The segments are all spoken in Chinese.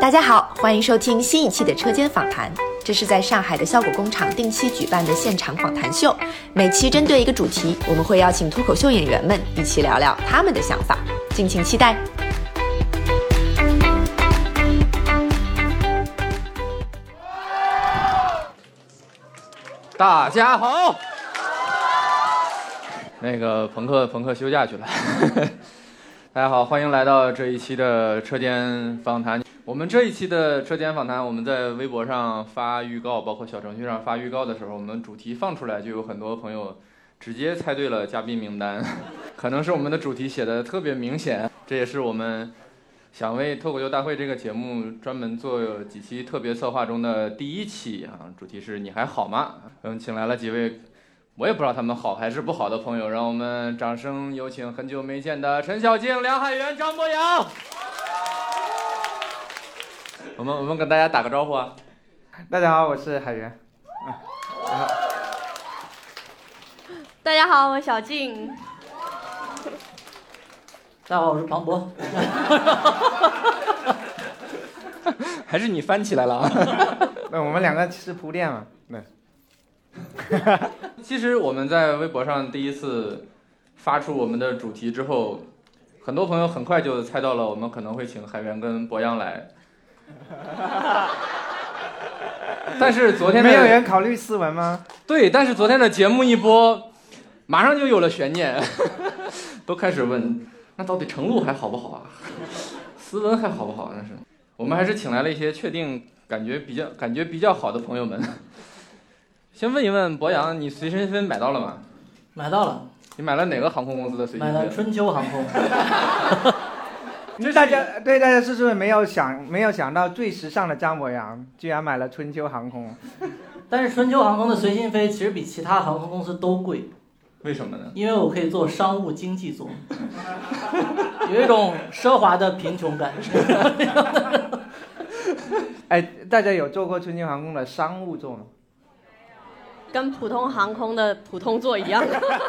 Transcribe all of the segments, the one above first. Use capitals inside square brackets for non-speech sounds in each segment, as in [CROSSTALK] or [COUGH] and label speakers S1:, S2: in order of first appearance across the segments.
S1: 大家好，欢迎收听新一期的车间访谈。这是在上海的效果工厂定期举办的现场访谈秀，每期针对一个主题，我们会邀请脱口秀演员们一起聊聊他们的想法，敬请期待。
S2: 大家好，那个朋克朋克休假去了。 [LAUGHS] 大家好，欢迎来到这一期的车间访谈。我们这一期的车间访谈，我们在微博上发预告，包括小程序上发预告的时候，我们主题放出来就有很多朋友直接猜对了嘉宾名单， [LAUGHS] 可能是我们的主题写的特别明显，这也是我们想为《脱口秀大会》这个节目专门做几期特别策划中的第一期啊，主题是你还好吗？嗯，请来了几位。我也不知道他们好还是不好的朋友，让我们掌声有请很久没见的陈小静、梁海源、张博洋。我们我们跟大家打个招呼啊！
S3: 大家好，我是海源。
S4: 大家好，我小静。
S5: 大家好，我是庞博。
S2: 还是你翻起来了啊！
S3: 那我们两个是铺垫嘛？对。
S2: 其实我们在微博上第一次发出我们的主题之后，很多朋友很快就猜到了我们可能会请海源跟博洋
S3: [LAUGHS]
S2: 来。但是昨天的
S3: 没有人考虑斯文吗？
S2: 对，但是昨天的节目一播，马上就有了悬念， [LAUGHS] 都开始问，那到底程璐还好不好啊？斯文还好不好？那是我们还是请来了一些确定感觉比较感觉比较好的朋友们。先问一问博洋，你随身飞买到了吗？
S5: 买到了，
S2: 你买了哪个航空公司的随
S5: 买
S2: 身
S5: 了
S2: 飞？
S5: 春秋航空。 [LAUGHS]
S2: 这是
S3: 大家对大家是不是没有想没有想到最时尚的张博洋居然买了春秋航空？
S5: 但是春秋航空的随心飞其实比其他航空公司都贵，
S2: 为什么呢？
S5: [LAUGHS] 因为我可以做商务经济 [LAUGHS] 座，有一种奢华的贫穷感。 [LAUGHS]
S3: 哎，大家有坐过春秋航空的商务座吗？
S4: 跟普通航空的普通座
S3: [LAUGHS]
S4: 一样，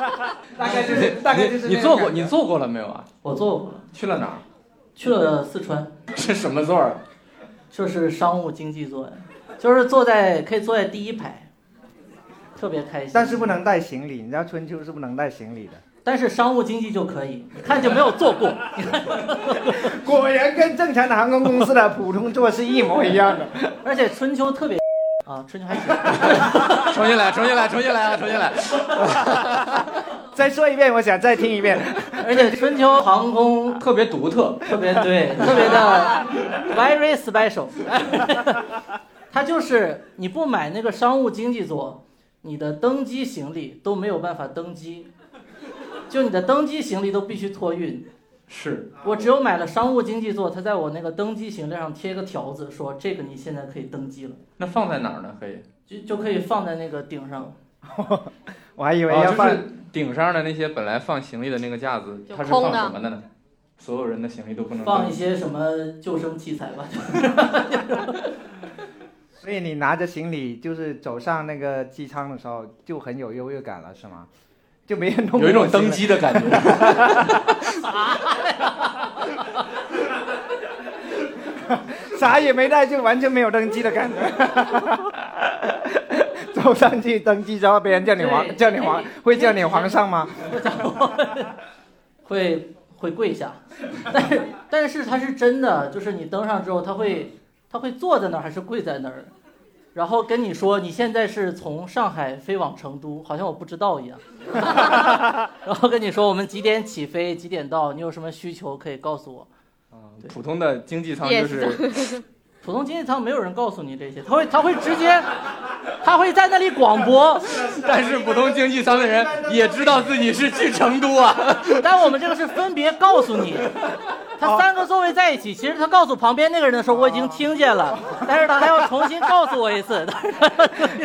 S3: [LAUGHS] 大概就是大概就是
S2: 你你坐过你坐过了没有啊？
S5: 我坐过了，
S2: 去了哪儿？ [LAUGHS]
S5: 去了四川，
S2: 是什么座儿？
S5: 就是商务经济座，就是坐在可以坐在第一排，特别开心。
S3: 但是不能带行李，你知道春秋是不能带行李的。 [LAUGHS]
S5: 但是商务经济就可以，你看就没有坐过。 [LAUGHS]
S3: 果然跟正常的航空公司的普通座是一模一样的。 [LAUGHS]
S5: 而且春秋特别啊，春秋还行。
S2: 重新来，重新来，重新来啊，重新来！
S3: 再说一遍，我想再听一遍。 [LAUGHS]
S5: 而且春秋航空
S2: 特别独特，
S5: 特别对，特别的 very special。它就是你不买那个商务经济座，你的登机行李都没有办法登机，就你的登机行李都必须托运。
S2: 是
S5: 我只有买了商务经济座，它在我那个登机行李上贴个条子，说这个你现在可以登机了，
S2: 那放在哪儿呢？可以，
S5: 就就可以放在那个顶上。
S3: 我还以为
S2: 哦
S3: 要放、
S2: 就是顶上的那些本来放行李的那个架子，
S4: 就
S2: 它是
S4: 空
S2: 放
S4: 的
S2: 什么的呢？所有人的行李都不能
S5: 放一些什么救生器材吧，
S3: 所以你拿着行李就是走上那个机舱的时候就很有优越感了，是吗？就没人弄
S2: 有一种
S3: 我行李
S2: 登机的感觉。
S3: 啥也没带，就完全没有登机的
S5: [LAUGHS]
S3: 感觉。走上去登机之后，别人叫你皇，
S5: 对
S3: 叫你皇，会叫你皇上
S5: [LAUGHS]
S3: 吗？
S5: 会会跪下，但是但是它是真的，就是你登上之后，他会他会坐在那儿还是跪在那儿，然后跟你说你现在是从上海飞往成都，好像我不知道一样， [LAUGHS] 然后跟你说我们几点起飞，几点到，你有什么需求可以告诉我。对
S2: 普通的经济舱就是
S5: 普通经济舱没有人告诉你这些，他会他会直接，他会在那里广播，
S2: [LAUGHS] 但是普通经济舱的人也知道自己是去成都啊。
S5: 但我们这个是分别告诉你，他三个座位在一起，其实他告诉旁边那个人的时候，我已经听见了，但是他还要重新告诉我一次，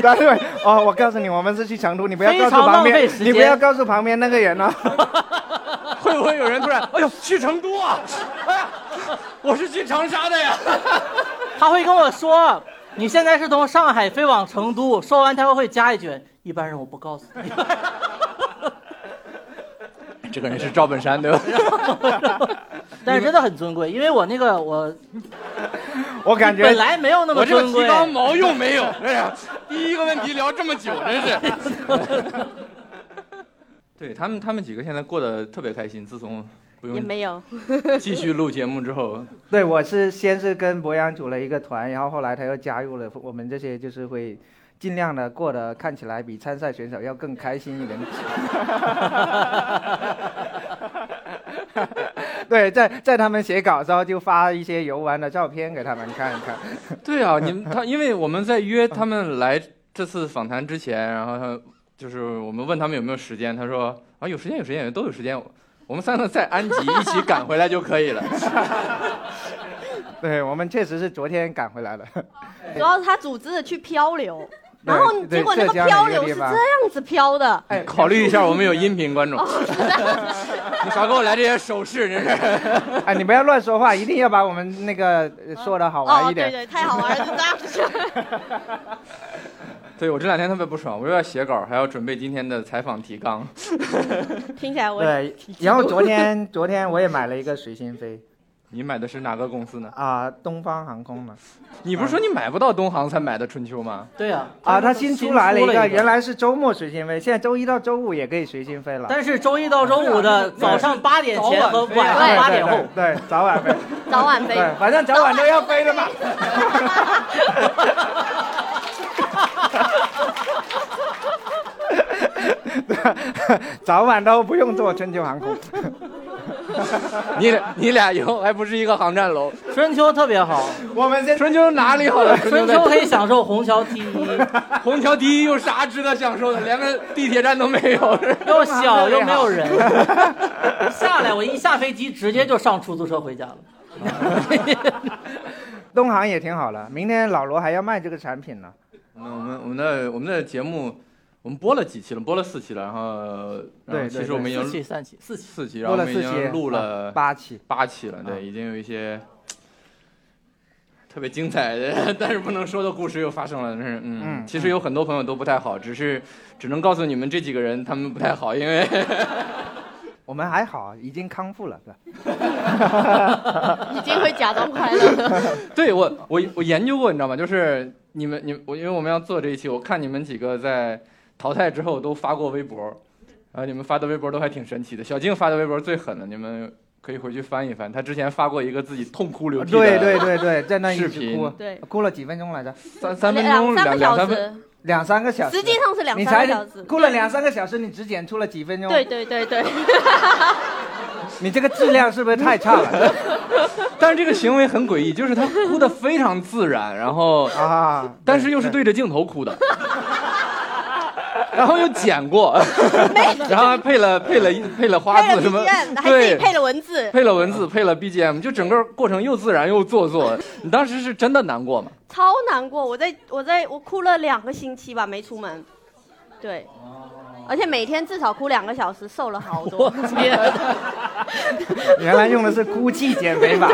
S5: 但是
S3: 然后哦，我告诉你，我们是去成都，你不要告
S5: 非
S3: 诉
S5: 常
S3: 旁
S5: 浪费
S3: 边
S5: 时，间
S3: 你不要告诉旁边那个人
S5: [LAUGHS]
S3: 哦。
S2: [LAUGHS] 会不会有人突然，哎呦，去成都啊？哎呀，我是去长沙的呀。
S5: 他会跟我说，你现在是从上海飞往成都，说完他又会加一句，一般人我不告诉你。
S2: 这个人是赵本山对吧？
S5: 但是真的很尊贵，因为我那个我
S3: 我感觉
S5: 本来没有那
S2: [LAUGHS]
S5: 么
S2: 我这个
S5: 尊
S2: 提
S5: 贵，
S2: 纲毛用没 [LAUGHS] 有？哎呀，第一个问题聊这么久，真是。 [LAUGHS] 对他们，他们几个现在过得特别开心。自从不
S4: 也
S2: 用
S4: 没有，
S2: 继续录节目之后，
S3: 对，我是先是跟博洋组了一个团，然后后来他又加入了我们这些，就是会尽量的过得看起来比参赛选手要更开心一点。 [LAUGHS] 对，在在他们写稿之后，就发一些游玩的照片给他们看一看。
S2: 对啊，你们他因为我们在约他们来这次访谈之前，然后他就是我们问他们有没有时间，他说啊有时间有时间都有时间，我们三个在安吉一起赶回来就可以了。
S3: 对我们确实是昨天赶回来的。
S4: 主要是他组织的去漂流，
S3: 对
S4: 然后结果那
S3: 对浙江
S4: 漂
S3: 的一个
S4: 流是
S3: 地
S4: 这
S3: 方
S4: 样子漂的，
S3: 哎
S2: 考虑一下，我们有音频观众，你少给我来这些手势，真是。
S3: [LAUGHS]
S2: [LAUGHS]
S3: 哎，你不要乱说话，一定要把我们那个呃说的好玩
S4: 哦，
S3: 一
S4: 对对，
S3: 点。
S4: 太好玩了，就这样子。
S2: 对我这两天特别不爽，我又要写稿，还要准备今天的采访提纲。
S4: 听起来
S3: [LAUGHS]
S4: 我
S3: 对，然后昨
S4: [LAUGHS]
S3: 天昨天我也买了一个随心飞
S2: 你买的是哪个公司呢？
S3: 啊、东方航空嘛。
S2: 你不是说你买不到东航才买的春秋吗？
S5: 对呀、
S3: 啊，
S5: 他
S3: 他
S5: 新
S3: 新出来了一
S5: 个，
S3: 个，原来是周末随心飞，现在周一到周五也可以随心飞了。
S5: 但是周一到周五的早上八点前和
S2: 对
S3: 对
S5: 晚上
S3: 对
S5: 八点后，
S3: [LAUGHS] 对，对早晚飞，
S4: 早晚飞，
S3: 对，反正早晚都要飞的嘛。 [LAUGHS] 早晚都不用坐春秋航空，
S2: 你俩你俩以后还不是一个航站楼？
S5: 春秋特别好，
S3: [LAUGHS] 我们先
S2: 春秋哪里好了？春
S5: 春
S2: 秋在
S5: 秋可以享受虹桥 T 一，
S2: 虹桥第一有啥值得享受的？连个地铁站都没有。
S5: 又小又没有人，下来我一下飞机直接就上出租车回家了。
S3: 东航也挺好了。明天老罗还要卖这个产品呢。
S2: [LAUGHS] 那我们我们的我们的节目，我们播了几期了？播了四期了，然后然后
S3: 对
S2: 其实我们已
S5: 四
S2: 经
S5: 期三期四期，
S2: 四期，然后
S3: 录
S2: 我
S3: 了
S2: 们已
S3: 四期，
S2: 经录
S3: 啊
S2: 了
S3: 八啊期，
S2: 八期了，对，已经有一些特别精彩的， [LAUGHS] 但是不能说的故事又发生了。但是，嗯，
S3: 嗯
S2: 其实有很多朋友都不太好，只是只能告诉你们这几个人他们不太好，因为
S3: 我们还好，已经康复了。对
S4: 已经会假装快乐
S3: [LAUGHS]
S4: 了。
S2: 对我我我研究过，你知道吗？就是你们你我，因为我们要做这一期，我看你们几个在淘汰之后都发过微博，然后你们发的微博都还挺神奇的。小静发的微博最狠了，你们可以回去翻一翻，她之前发过一个自己痛哭流涕的，
S3: 对对对对，在那一
S2: 视
S3: 直
S2: 频
S3: 哭，
S4: 对，
S3: 哭了几分钟来着？
S2: 三三分钟
S4: 两
S2: 两两三
S4: 两三个
S2: 分
S4: 小时，
S3: 两三个小时。
S4: 实际上是两
S3: 你
S4: 三
S3: 才
S4: 个小时。
S3: 哭了两三个小时，你只剪出了几分钟，
S4: 对对对
S3: [LAUGHS]
S4: 对，
S3: 你这个质量是不是太差了
S2: 但是这个行为很诡异，就是他哭得非常自然，然后
S3: 啊？
S2: 但是又是对着镜头哭的，然后又剪过，然后还配了配了配了花
S4: 配
S2: 字
S4: 了
S2: 什么
S4: BGM，，还自己
S2: 对，
S4: 配了文字，
S2: 配了文字，配了 BGM，就整个过程又自然又做作。你当时是真的难过吗？
S4: 超难过。我在我在我哭了两个星期吧，没出门。对，
S3: 哦
S4: 而且每天至少哭两个小时，瘦了好多。 [LAUGHS]
S3: 原来用的是哭泣减肥法，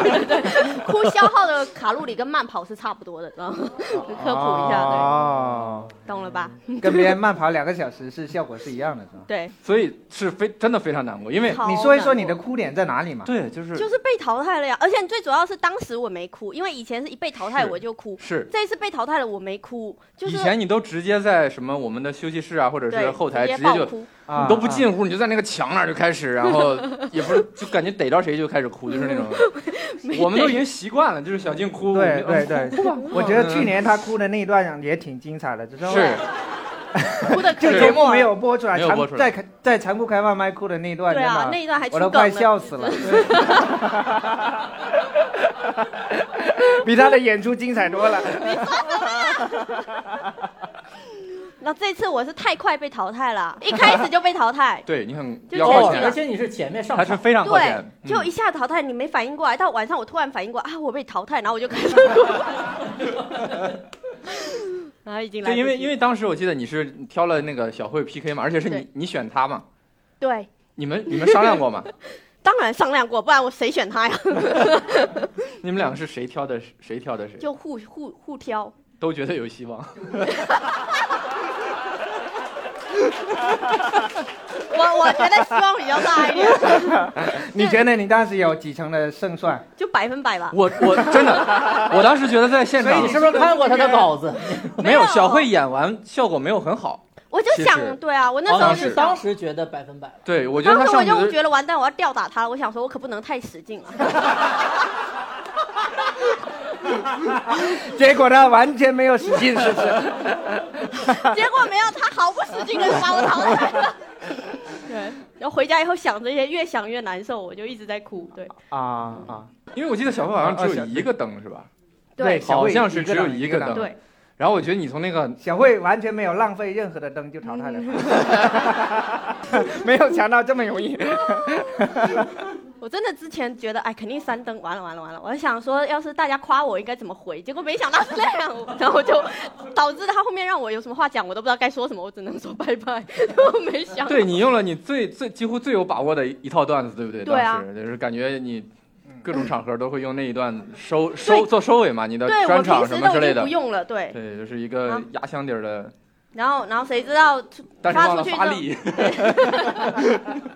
S4: 哭消耗的卡路里跟慢跑是差不多的， [LAUGHS] 然后科普一
S2: 啊
S4: 下，
S3: 哦，
S4: 对，懂了吧？
S3: 跟别人慢跑两个小时是效果是一样的，是吧？
S4: 对，
S2: 所以是非真的非常难过，因为
S4: 超
S3: 你说一说
S4: 难
S3: 你的
S4: 过。
S3: 哭点在哪里嘛？
S2: 对，就是
S4: 就是被淘汰了呀，而且最主要是当时我没哭，因为以前是一被淘汰
S2: 是
S4: 我就哭，
S2: 是。
S4: 这一次被淘汰了我没哭，就是
S2: 以前你都直接在什么我们的休息室啊，或者是
S4: 对
S2: 后台直接
S4: 爆
S2: 就
S4: 哭，
S3: 啊
S2: 你都不。进屋，你就在那个墙那儿就开始，然后
S4: [LAUGHS]
S2: 也不是，就感觉逮着谁就开始哭，就是那种。我们都已经习惯了，就是小静哭，哦
S3: 对
S2: 我们
S3: 对对
S2: 哭 [LAUGHS] 吧。
S3: 我觉得去年他哭的那一段也挺精彩的，只是
S2: 是
S4: 哭的
S3: [LAUGHS] 这
S2: 是
S3: 个节目没有播出来，
S2: 没有
S3: 残
S2: 播出来，
S3: 在开在残酷开放麦哭的那一段，
S4: 对
S3: 真
S4: 啊
S3: 的，
S4: 那一段还出
S3: 我
S4: 梗了
S3: 都快笑死了， [LAUGHS] 比他的演出精彩多
S4: [LAUGHS]
S3: 了。
S4: 那这次我是太快被淘汰了，一开始就被淘汰
S2: [LAUGHS] 对，你很
S4: 就
S2: 要
S4: 这
S2: 靠
S4: 样
S5: 哦，
S4: 花钱
S5: 而
S2: 前，
S5: 且你是前面上
S2: 他是
S5: 场，
S2: 非常靠
S4: 对
S2: 前，。
S4: 就一
S2: 嗯
S4: 下淘汰，你没反应过来，到晚上我突然反应过来啊，我被淘汰，然后我就开始哭，
S2: [LAUGHS]
S4: [LAUGHS] 然后已经来不
S2: 对，
S4: 及了，
S2: 因为因为当时我记得你是挑了那个小慧 PK 嘛，而且是你
S4: 对
S2: 你选他嘛，
S4: 对，
S2: 你们你们商量过吗？ [LAUGHS]
S4: 当然商量过，不然我谁选他呀？
S2: 你们两个是谁挑的谁挑的谁，
S4: 就互互互挑，
S2: 都觉得有希
S4: [LAUGHS]
S2: 望。
S4: 我我觉得希望比较大一点，
S2: [LAUGHS]
S3: 你觉得你当时有几成的胜算？
S4: 就百分百吧。
S2: 我我真的，
S4: [LAUGHS]
S2: 我当时觉得在现
S5: 所以
S2: 场
S5: 你是不是看过他的稿子？
S2: 没有小慧演完效果没有很好，
S4: 我就
S2: 其实哦
S4: 想，对啊，我那时
S5: 当
S4: 候
S2: 当
S4: 就
S5: 时
S2: 时
S5: 当
S4: 想，
S5: 时觉得百分百了。
S2: 对我觉得
S4: 当
S2: 她
S4: 时我
S2: 上
S4: 就
S2: 去
S4: 觉得完蛋，我要吊打他了。我想说，我可不能太使劲了。 [LAUGHS]
S3: 结果呢，完全没有使劲，是不是？
S4: 结果没有，他毫不使劲的就把我淘汰了。
S2: [LAUGHS]
S4: 对，然后回家以后想这些，越想越难受，我就一直在哭。对，
S3: [LAUGHS] 啊啊，
S2: 因为我记得小慧好像只有一个灯是吧？
S3: 对，小
S2: 好
S3: 慧
S2: 像是只有
S3: 档
S2: 一个
S3: 档
S2: 档
S4: 对，
S2: 然后我觉得你从那个
S4: 啊
S3: 小慧完全没有浪费任何的灯就淘汰了，
S4: 嗯
S3: [LAUGHS] 没有强到这么
S4: [LAUGHS]
S3: 容易。
S4: 我真的之前觉得，哎，肯定三灯，完了完了完了。我还想说，要是大家夸我应该怎么回，结果没想到是那样，然后就导致他后面让我有什么话讲，我都不知道该说什么，我只能说拜拜。我没
S2: [LAUGHS]
S4: 想，
S2: 对你用了你最最几乎最有把握的一套段子，对不对？
S4: 对啊
S2: 当时就是感觉你各种场合都会用那一段收收做收尾嘛，你的
S4: 对我
S2: 专场
S4: 平
S2: 什
S4: 时
S2: 么
S4: 都
S2: 之
S4: 已
S2: 类
S4: 经
S2: 的
S4: 不。用了，对。
S2: 对，就是一个
S4: 啊
S2: 压箱底儿的，
S4: 然后然后谁知道
S2: 但是忘
S4: 发
S2: 了
S4: 出去
S2: 发
S4: 之后 [LAUGHS]
S2: 力。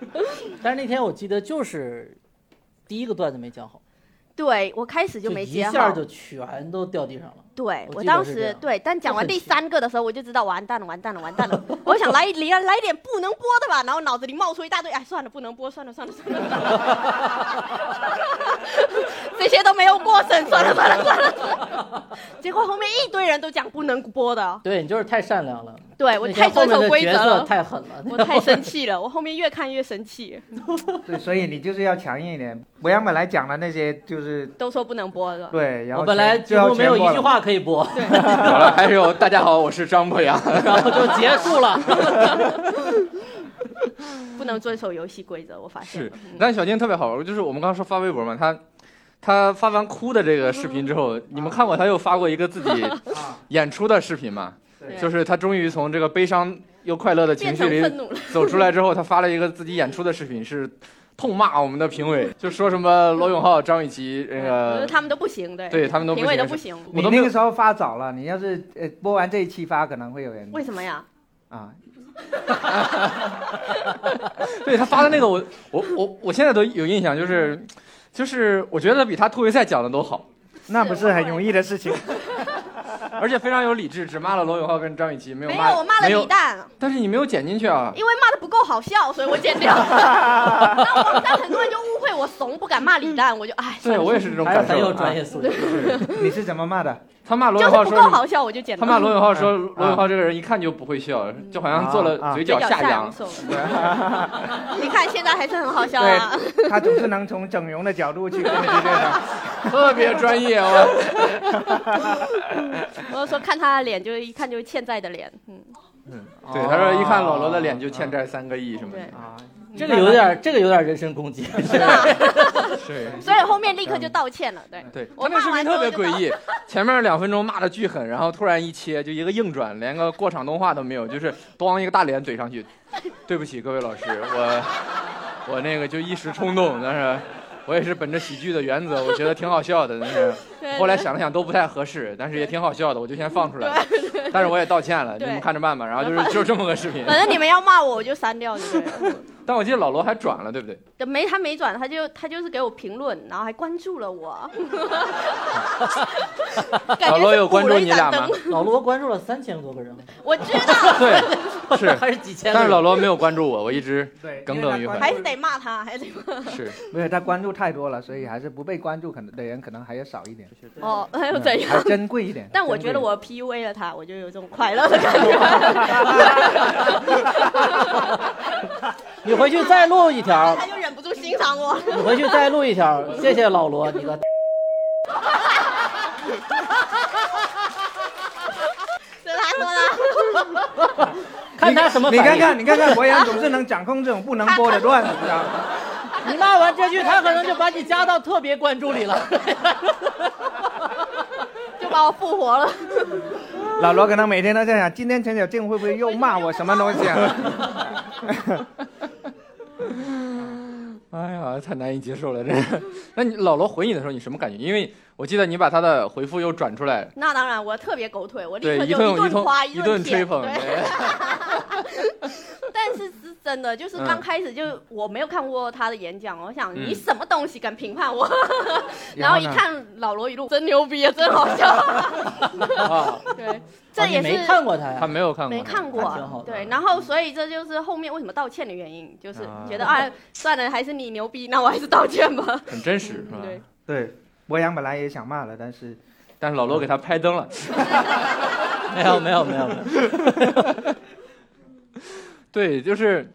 S5: 但是那天我记得就是第一个段子没讲好，
S4: 对我开始就没
S5: 一
S4: 接
S5: 下
S4: 好，
S5: 就全都掉地上了。
S4: 对
S5: 我
S4: 我
S5: 记得
S4: 当
S5: 是这
S4: 时
S5: 样
S4: 对，但讲
S5: 就
S4: 完
S5: 很
S4: 第
S5: 奇
S4: 三个的时候，我就知道完蛋了，完蛋了，完蛋
S5: [LAUGHS]
S4: 了。我想来来来一点不能播的吧，然后脑子里冒出一大堆，哎，算了，不能播，算了算了算了， [LAUGHS] 这些都没有过审，算了算了算了算了。 [LAUGHS] 结果后面一堆人都讲不能播的，
S5: 对你就是太善良了，
S4: 对我
S5: 那些
S4: 太
S5: 后
S4: 遵
S5: 面
S4: 守
S5: 的
S4: 规
S5: 角
S4: 则
S5: 色
S4: 了。
S5: 太狠了，
S4: 我太生气了，我后面越看越生气，
S3: 对，所以你就是要强硬一点。博洋本来讲的那些就是
S4: 都说不能播的。
S3: 对，然后
S5: [LAUGHS] 我本来
S3: 最
S5: 几
S3: 后
S5: 乎没有
S3: 全过
S5: 一句
S3: 了。
S5: 话可以播，
S2: 好了，还有大家好，我是张博洋。
S5: 然后就结束 [LAUGHS] 了。
S4: 不能遵守游戏规则，我 [LAUGHS] 发现
S2: 是
S4: 了。，
S2: 但小金特别好玩，就是我们刚刚说发微博嘛，他他发完哭的这个视频之后，
S4: 嗯
S2: [LAUGHS] 你们看过他又发过一个自
S4: [LAUGHS]
S2: 己
S3: 啊
S2: 演出的视频嘛？
S3: 对
S2: 就是他终于从这个悲伤又快乐的情
S4: 变
S2: 绪
S4: 成
S2: 里
S4: 愤怒了，
S2: 走出来之后，他发了一个自己演出的视频，是痛骂我们的评委，就说什
S4: [LAUGHS]
S2: 么罗永浩、张雨绮那
S4: 我觉得
S2: 个，
S4: 他们都不行，对，
S2: 对他们都不
S4: 评委都
S2: 行
S4: 不
S2: 是。
S4: 行，
S2: 我
S3: 你
S2: 都没
S3: 那
S2: 有
S3: 个时候发早了，你要是呃播完这一期发，可能会有人
S4: 为什么呀？
S3: 啊，
S2: 对他发的那个我，我我我现在都有印象，
S4: 嗯
S2: 就是就是我觉得比他突围赛讲的都好，
S3: 那不是很容易的事情。
S2: 而且非常有理智，只骂了罗永浩跟张雨绮，没有
S4: 没
S2: 骂
S4: 有，我骂了
S2: 没有
S4: 李诞，
S2: 但是你没有剪进去啊。
S4: 因为骂的不够好笑，所以我剪
S2: [LAUGHS]
S4: 掉了。那网上很多人就误会我怂，不敢骂李诞，我就哎，
S5: [LAUGHS]
S2: 对，我也是这种
S5: 还是
S2: 感受。啊
S5: 很有专业素养。
S3: 你是怎么骂
S4: [LAUGHS]
S3: 的？
S2: 他骂罗
S4: 就
S2: 永浩
S4: 是不够
S2: 说，
S4: 好笑，我就剪
S2: 他
S4: 掉。
S2: 骂罗永浩说，
S3: 嗯
S2: 罗永浩这个人一看就不会笑，就好像做
S3: 啊
S2: 了
S3: 啊
S2: 嘴
S4: 嘴
S2: 角
S4: 角
S2: 下扬
S4: 下扬。手了，你看现在还是很好笑啊。
S3: 他总是能从整容的角度去跟你对的。
S2: 特别专业
S5: [LAUGHS]
S2: 啊！
S4: [LAUGHS] 我就说看他的脸，就是一看就是欠债的脸，嗯，
S2: 对，他说一看老罗的脸就
S5: 哦
S2: 欠债三个亿什么
S4: 对
S2: [LAUGHS] 的。，
S3: 啊，
S5: 这个有点，这个有点人身攻击。
S4: 是吧？ [LAUGHS]
S2: 对
S4: 所以后面立刻就道歉了，对。
S2: 对，他
S4: 我
S2: 那视
S4: 骂
S2: 频
S4: 完
S2: 特别
S4: 之后就
S2: 诡异，前面两分钟骂的巨狠，然后突然一切就一个硬转，连个过场动画都没有，就是咣一个大脸怼上去。对不起各位老师，我我那个就一时冲动，但是我也是本着喜剧的原则，我觉得挺好笑的，但是
S4: 对
S2: 后来
S4: 对
S2: 想了想都不太合适，但是也挺好笑的，我就先放出来了。但是我也道歉了，你
S4: 对
S2: 们看着办吧。然后就是就是这么个视频，
S4: [LAUGHS] 反正你们要骂我，我就删掉，对不对？
S2: 但我记得老罗还转了，对不对？
S4: 对没他没转，他就他就是给我评论，然后还关注了我。感觉
S2: 老罗
S4: 是
S2: 有
S4: 补
S2: 关
S4: 了
S2: 注
S4: 一
S2: 你
S4: 盏
S2: 俩
S4: 灯
S2: 吗？
S5: [LAUGHS] 老罗关注了三千多个人，
S4: 我知道，
S2: [LAUGHS] 对，是。
S5: [LAUGHS] 还是几千个
S2: 但
S5: 人。
S2: 是老罗没有关注我，我一直
S3: 对，
S2: 耿耿于怀
S4: 还是得骂他，还是得骂。
S2: 是
S3: [LAUGHS] 没有他关注太多了，所以还是不被关注可能的人可能还要少一点，嗯
S4: 哦，还
S2: 嗯
S4: 有怎样？
S3: 还珍贵一点。
S4: 但我觉得我 PUA 了他，我就有一种快乐的感
S2: [LAUGHS]
S4: 觉。
S5: 你回去再录一
S4: [LAUGHS]
S5: 条，
S4: 他就忍不住欣赏我。
S5: 你回去再录一条。谢谢老罗，你个
S4: 这是他说的，
S5: [LAUGHS] 看他什么
S3: 你
S5: 反
S3: 看
S5: 应。
S3: 看，你看看，博洋总是能掌控这种不能播的段子，你知
S4: [LAUGHS]
S3: 道吗？
S5: 你骂完这句，他可能就把你加到特别关注里了。
S4: 就把我复活了。
S3: 老罗可能每天都在想，今天陈小静会不
S4: [LAUGHS]
S3: 会又骂我什么东西啊？
S2: 哎呀，太难以接受了，这个。 [LAUGHS] 那你老罗回你的时候，你什么感觉？因为我记得你把他的回复又转出来，
S3: [LAUGHS]
S4: 那当然，我特别狗腿，我立
S2: 对，
S4: 刻
S2: 一
S4: 就
S2: 顿
S4: 顿夸
S2: 一
S4: 顿
S2: 吹
S4: 舔。
S2: 捧，哎
S4: 对，
S2: 对
S4: [LAUGHS] 但是是真的，就是
S2: 嗯
S4: 刚开始就我没有看过他的演讲，我想
S2: 嗯
S4: 你什么东西敢评
S2: [LAUGHS]
S4: 判我？然
S3: 然
S4: 后
S3: 后
S4: 一
S3: 呢
S4: 看老罗语录，真牛逼啊，真好
S2: [LAUGHS]
S4: 笑。
S2: 啊，
S4: 对，
S5: 啊
S4: [LAUGHS] 这
S5: 你
S4: 也
S5: 没
S4: 是
S5: 看过他
S2: 他
S5: 呀？
S2: 没有看过，
S4: 没看
S5: 还挺好
S4: 过
S5: 的，
S4: 对。然后所以这就是后面为什么道歉的原因，就是
S2: 啊
S4: 觉得啊，算了，还是你牛逼，那我还是道
S2: [LAUGHS]
S4: 歉吧。
S2: 很真实，是吧？
S4: 对， [LAUGHS]
S3: 对，博洋本来也想骂了，但是
S2: 但是老罗给他拍灯了。
S5: 没有没有没有 [LAUGHS] 没有。
S2: 对，就是，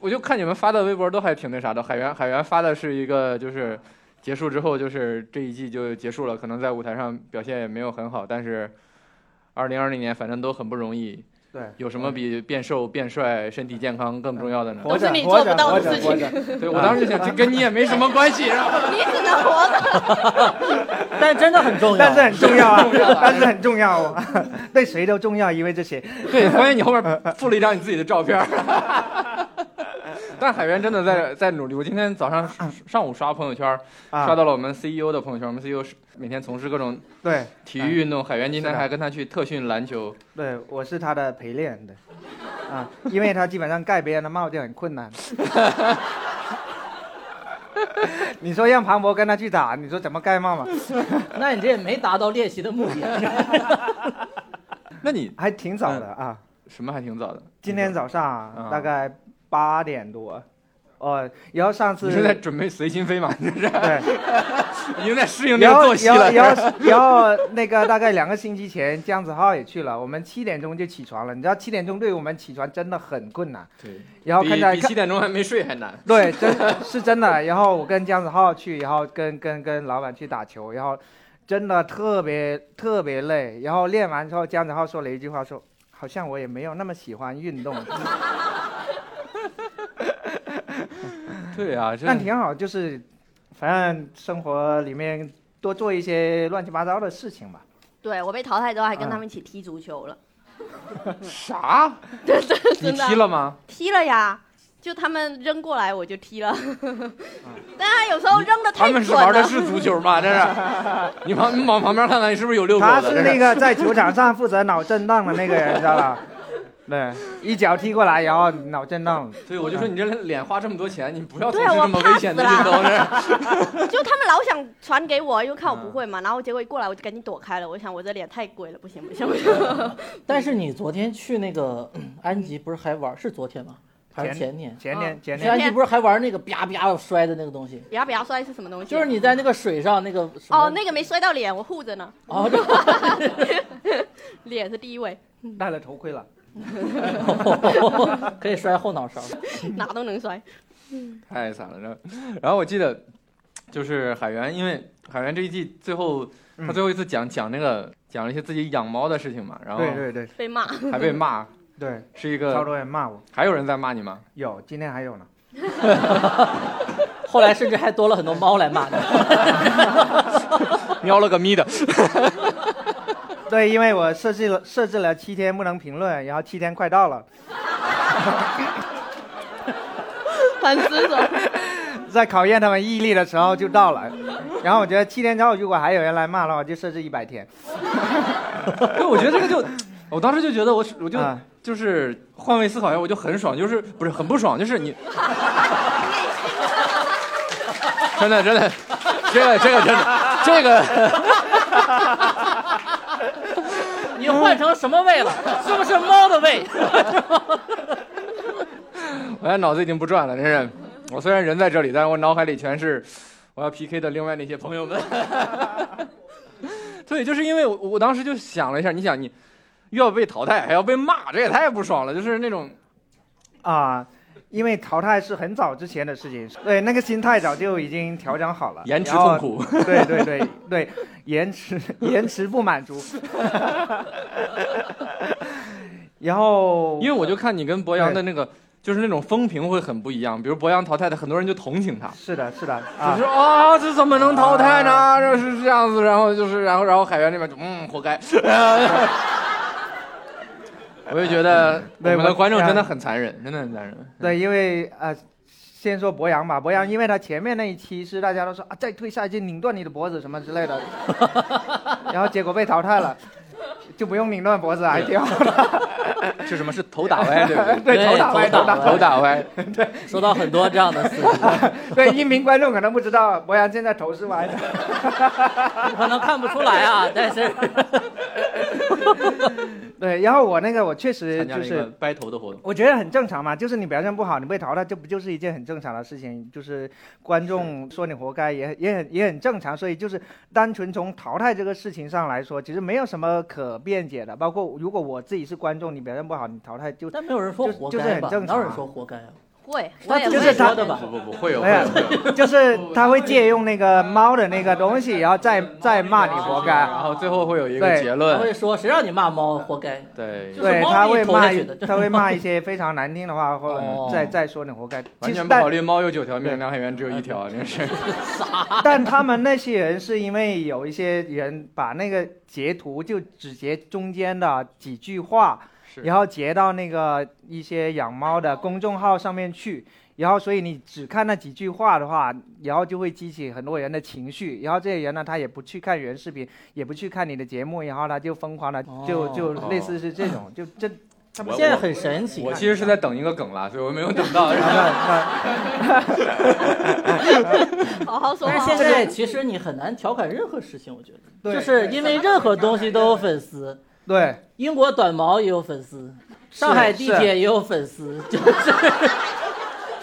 S2: 我就看你们发的微博都还挺那啥的。海源海源发的是一个就是结束之后就是这一季就结束了，可能在舞台上表现也没有很好，但是二零二零年反正都很不容易。
S3: 对，
S2: 有什么比变瘦、变帅、身体健康更重要的呢？
S3: 活
S4: 都
S3: 着
S4: 是你
S3: 活
S4: 做不
S3: 着
S4: 到
S3: 活
S4: 的
S3: 着
S4: 事
S3: 活
S4: 情
S3: 着，
S2: 对我当时就想，这跟你也没什么关系，然后
S4: 你只能活着。
S5: 但真的很重要。
S3: 但是很重要啊
S2: 重要啊，
S3: 但是很重要
S4: [LAUGHS]
S3: 啊，对谁都重要，因为这些。
S2: [LAUGHS] 对，关键你后面附了一张你自己的照片儿。
S3: [LAUGHS]
S2: 但海源真的在在努力。我今天早上上午刷朋友圈儿，
S3: 嗯啊，
S2: 刷到了我们 CEO 的朋友圈儿。我们 CEO 是每天从事各种
S3: 对
S2: 体育运动，海源今天
S3: 嗯是的
S2: 还跟他去特训篮球。
S3: 对，我是他的陪练的，啊，因为他基本上盖别人的帽就很
S4: [LAUGHS]
S3: 困难。你说让庞博跟他去打，你说怎么盖帽嘛？
S5: [LAUGHS] 那你这也没达到练习的目的。
S2: 那你
S3: 还挺早的
S4: 嗯
S3: 啊，
S2: 什么还挺早的？
S3: 今天早上
S2: 嗯
S3: 啊大概八点多，哦，然后上次
S2: 你是在准备随心飞吗？ [LAUGHS] 你这是
S3: 对。
S2: 已经在适 [LAUGHS] 应这
S3: 然
S2: 个
S3: 后，
S2: 作息了。
S3: 然
S2: 是吧
S3: 后，然后那个大概两个星期前，姜子浩也去了。我们七点钟就起床了，你知道七点钟对我们起床真的很困难。
S2: [LAUGHS] 对，
S3: 然后看
S2: 比
S3: 在
S2: 比
S3: 看
S2: 七点钟还没睡还难。
S3: 对，真是真的。然后我跟姜子浩去，然后跟跟跟老板去打球，然后真的特别特别累。然后练完之后，姜子浩说了一句话说。好像我也没有那么喜欢运
S2: [LAUGHS]
S3: 动，嗯
S2: 对啊，这
S3: 但挺好，就是反正生活里面多做一些乱七八糟的事情吧。
S4: 对我被淘汰之后，还跟他们一起踢足球了。
S2: 啥？
S4: [LAUGHS] 对对，
S2: 你
S4: 真的
S2: 踢了吗？
S4: 踢了呀，就他们扔过来我就踢了。但他有时候扔的
S2: 他
S4: 太
S2: 们
S4: 准
S2: 是玩的
S4: 了。
S2: 是足球吗？这是，
S4: [LAUGHS]
S2: 你旁你往旁边看看，是不是有遛狗
S3: 他
S2: 的？
S3: 是
S2: 这
S3: 那个在球场上负责脑震荡的那个人，知道吧？对，一脚踢过来，然后脑震荡。
S2: 所以我就说你这脸花这么多钱，你不要从
S4: 嗯对
S2: 事这么
S4: 我怕
S2: 危险的
S4: 死
S2: 运
S4: 了
S2: 动。这是
S4: [LAUGHS] [LAUGHS] 就他们老想传给我，因为看我不会嘛，然后结果一过来我就赶紧躲开了。我想我这脸太贵了，不行不行不行。
S5: [LAUGHS] 但是你昨天去那个嗯安吉，不是还玩？是昨天吗？还是前天？
S3: 前天，前
S5: 去
S3: 天
S5: 安吉不是啊还玩那个啪啪摔的那个东西？
S4: 比亚比亚摔是什么东西？
S5: 就是你在那个水上那个什么
S4: 哦，那个没摔到脸，我护着呢，
S5: 哦，
S3: [LAUGHS]
S5: 这
S4: 脸是第一位，
S3: 戴了头盔了。
S5: 可以摔后脑勺。 [LAUGHS]
S4: 哪都能摔。
S2: 太惨了，这。然后我记得，就是海源，因为海源这一季最后他
S3: 嗯
S2: 最后一次讲讲那个讲了一些自己养猫的事情嘛，然
S3: 对
S2: 后
S3: 对对
S4: 被骂，
S2: 还被骂，
S3: 对，
S2: 是一
S3: 超
S2: 个
S3: 多人骂我，
S2: 还有人在骂你吗？ [LAUGHS]
S3: 有今天还有呢。
S5: 后来甚至还多了很多猫
S3: [LAUGHS]
S5: 来骂你。
S2: 喵了个咪的，
S3: 对，因为我设置了设置了七天不能评论，然后七天快到了，
S4: 很失手。
S3: 在考验他们毅力的时候就到了。然后我觉得七天之后如果还有人来骂的话，我就设置一百天。
S2: [LAUGHS] 对，我觉得这个就，我当时就觉得我我就、
S3: 啊
S2: 就是换位思考一下，我就很爽，就是不是很不爽，就是你，真的真的，这个这个真的这个，
S5: 你换成什么胃了？是不是猫
S3: [LAUGHS]
S5: 的胃？
S2: 我现在脑子已经不转了，真是。我虽然人在这里，但是我脑海里全是我要 PK 的另外那些朋友们。 [LAUGHS] 对，就是因为我我当时就想了一下，你想你又要被淘汰，还要被骂，这也太不爽了，就是那种
S3: 啊，因为淘汰是很早之前的事情，对，那个心态早就已经调整好了，
S2: 延迟
S3: 然后
S2: 痛苦。
S3: [LAUGHS] 对对对对，延迟延迟不满足。 [LAUGHS] 然后
S2: 因为我就看你跟博洋的那个，就是那种风评会很不一样。比如博洋淘汰的，很多人就同情他，
S3: 是的，是的
S2: 就
S3: 啊
S2: 是，啊、这怎么能淘汰呢？这是这样子，然后就是，然后然后海源那边就嗯，活该。 [LAUGHS] 我就觉得我
S3: 对
S2: 们的
S3: 我嗯 [LAUGHS]
S2: 观众真的很残忍，真的很残忍。
S3: 对，因为啊、先说博洋吧，博洋，因为他前面那一期是大家都说啊，再退下一斤拧断你的脖子什么之
S2: [LAUGHS]
S3: 类的，然后结果被淘汰了，就不用拧断脖子啊，还挺好的。
S2: 是什么？是头打歪，对不对？
S3: 对，头打歪，
S5: 头打
S3: 歪
S2: 头打歪，
S5: 收到很多这
S3: [LAUGHS]
S5: 样的私信，
S3: [LAUGHS] 对，一名观众可能不知道，博洋现在头是歪的。
S5: 可能看不出来啊，但
S3: [LAUGHS]
S5: 是
S3: 对，然后我那个我确实
S2: 参加
S3: 就
S2: 了一个
S3: 是，
S2: 掰头的活动。
S3: 我觉得很正常嘛，就是你表现不好，你被淘汰，这不就是一件很正常的事情？就是观众说你活该也也很也很正常，所以就是单纯从淘汰这个事情上来说，其实没有什么可辩解的。包括如果我自己是观众，你表现不好，你淘汰就
S5: 但没有人说活
S3: 就就是
S5: 该
S3: 很
S5: 吧？
S3: 正
S5: 哪
S3: 常啊
S5: 有人说活该啊？
S4: 会，
S5: 他
S4: 我也
S5: 自
S3: 就
S5: 己
S3: 是他
S5: 说的吧
S2: 不？不不，会有
S3: 没
S2: 会
S3: 有
S2: 有会有。
S3: 就是他会借用那个猫的那个东西，然后再再骂 [LAUGHS] 你活
S2: [LAUGHS]
S3: 该。
S2: 然后最后会有一个
S3: 对
S2: 结
S5: 他
S2: 论
S5: 会，说谁让你骂猫活该？
S2: 对
S5: 就，是
S3: 对，
S5: 猫
S3: 他
S5: 咪
S3: 会
S5: 投
S3: 骂
S5: 下去的
S3: 他会骂一些非常难听的话，或
S5: 哦
S3: 者再再说你活该。其
S2: 完
S3: 实
S2: 全不
S3: 但
S2: 考虑猫有九条命，梁海源只有一条，真是。
S3: 但他们那些人是因为有一些人把那个截图就只截中间的几句话，
S2: 是
S3: 然后截到那个一些养猫的公众号上面去，然后所以你只看那几句话的话，然后就会激起很多人的情绪，然后这些人呢，他也不去看原视频，也不去看你的节目，然后他就疯狂的就
S5: 哦
S3: 就类似是这种，就 [LAUGHS] 这他们
S2: 我
S5: 现在很神奇，啊
S2: 我其实是在等一个梗啦，所以我没有等 [LAUGHS] 到。然后
S4: 好好说
S5: 但是
S4: 话。
S5: 现在其实你很难调侃任何事情，我觉得，
S3: 对
S5: 就是因为任何东西都有粉丝，
S3: 对
S5: 英国短毛也有粉丝，上海地铁也有粉丝， [LAUGHS]
S3: [LAUGHS]
S5: 就是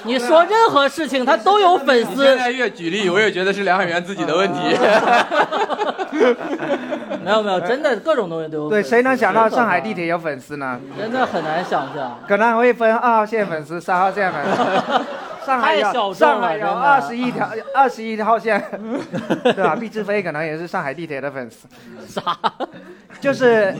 S5: 你说
S3: 啊
S5: 任何事情他都有粉
S2: 你现
S5: 丝。
S2: 在越举例，我越觉得是梁海源自己的问题。啊 [LAUGHS]
S5: [LAUGHS] 没有没有，真的各种东西都有粉
S3: 对，
S5: 丝。
S3: 谁能想到上海地
S5: 真
S3: 铁有粉丝呢？
S5: 可怕？真的很难想
S3: [LAUGHS]
S5: 象。
S3: 可能会分二号线粉丝、三号线粉
S5: [LAUGHS]
S3: 丝。上海
S5: 太小
S3: 有
S5: 众了
S3: 上海有
S5: 真的
S3: 二十一条二十一号线，对吧？毕志飞可能也是上海地铁的粉丝，
S5: 啥？
S3: 就是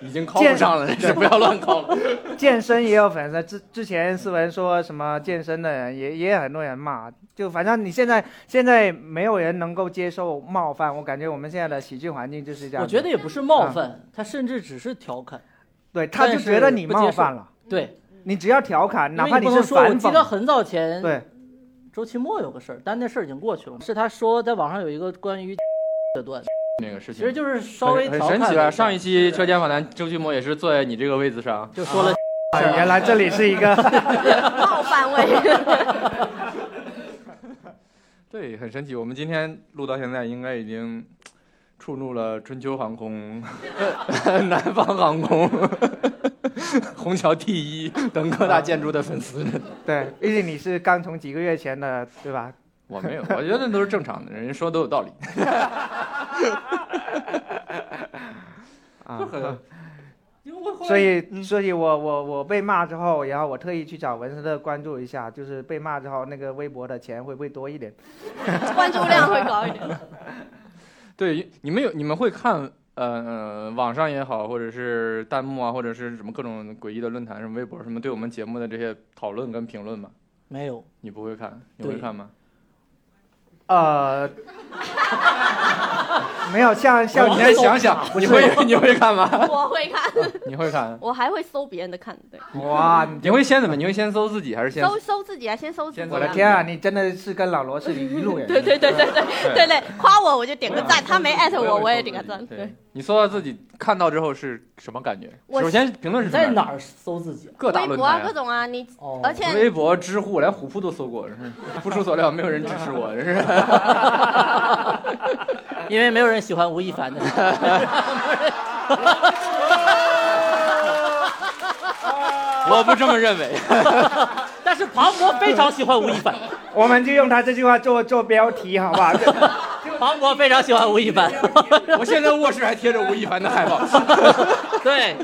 S2: 已经靠不上了，真是不要乱靠了。
S3: 健身也有粉丝。之之前思文说什么健身的人也也很多人骂，就反正你现在现在没有人能够接受冒犯，我感觉我们现在的喜剧环境就是这样。
S5: 我觉得也不是冒
S3: 嗯
S5: 犯，他甚至只是调侃。
S3: 对，他就
S5: 但是
S3: 觉得你
S5: 不接受
S3: 冒犯了，
S5: 对，
S3: 你只要调侃，哪
S5: 因
S3: 怕
S5: 为你
S3: 你
S5: 不
S3: 是
S5: 能说，我
S3: 反
S5: 记得
S3: 讽，
S5: 很早前，
S3: 对，
S5: 周奇墨有个事儿，但那事儿已经过去了。是他说在网上有一个关于的段子，
S2: [LAUGHS] 那个事
S5: 其
S2: 情
S5: 实就是稍微
S2: 很
S5: 调侃
S2: 神奇
S5: 了
S2: 了。
S5: 一下
S2: 上一期车间访谈，周奇墨也是坐在你这个位子上，
S5: 就说了，
S3: 啊原来这里是一个。
S4: 冒犯位，
S2: 对，很神奇。我们今天录到现在，应该已经触怒了春秋航 [LAUGHS] 空、南方航空、 [LAUGHS] 虹桥 T 一等各大建筑的粉丝。
S3: 对，毕竟你是刚从几个月前的，对吧？
S2: 我没有，我觉得都是正常的，人家说都有道理。
S3: 啊
S2: 就，很因为我后来
S3: 所
S4: 嗯
S3: 以，所以我我我被骂之后，然后我特意去找文森特关注一下，就是被骂之后那个微博的钱会不会多一点？
S4: 关注量会高一点。
S5: [LAUGHS]
S2: 对你们有你们会看呃网上也好，或者是弹幕啊，或者是什么各种诡异的论坛、什么微博什么对我们节目的这些讨论跟评论吗？
S5: 没有，
S2: 你不会看，你
S5: 对
S2: 会看吗？
S3: 呃， [LAUGHS] 没有，像像
S2: 你再想想，你
S5: [LAUGHS]
S2: 会你会看吗？
S4: 我会看，
S2: 你会看？
S4: 我还会搜别人的看，对，
S3: 哇，
S2: 你会先怎么？你会先搜自己还是先？
S4: 搜搜自己啊，先搜自己啊。
S2: 先
S3: 我的天啊，你真的是跟老罗是一路
S4: [LAUGHS]
S3: 人。
S4: 对对对对对对对，夸我我就点个赞，他没艾特我我也点个赞。对
S2: 对，你搜到自己看到之后是什么感觉？
S4: 我
S2: 首先评论
S5: 你
S2: 是
S5: 在
S2: 什么
S5: 哪
S2: 样？
S5: 儿搜自己啊？
S2: 各大
S4: 微
S2: 论
S4: 博啊
S2: 坛
S4: 各。种啊，你
S5: 哦，
S2: [LAUGHS]
S4: 而且
S2: 微博、知乎，连虎扑都搜过，真是 [LAUGHS] 不出所料，没有人支持我，真是。
S5: 因为没有人喜欢吴亦凡的。
S2: [LAUGHS] 我不这么
S4: [LAUGHS]
S2: 认为。
S5: 但是庞博非常喜欢吴亦
S2: [LAUGHS]
S5: 凡，
S3: 我们就用他这句话做做标题，好不
S4: [LAUGHS]
S3: 好？
S5: 庞博非常喜欢吴亦
S2: [LAUGHS]
S5: 凡。
S2: 我现在卧室还贴着吴亦凡的海
S4: [LAUGHS]
S2: 报。
S5: 对，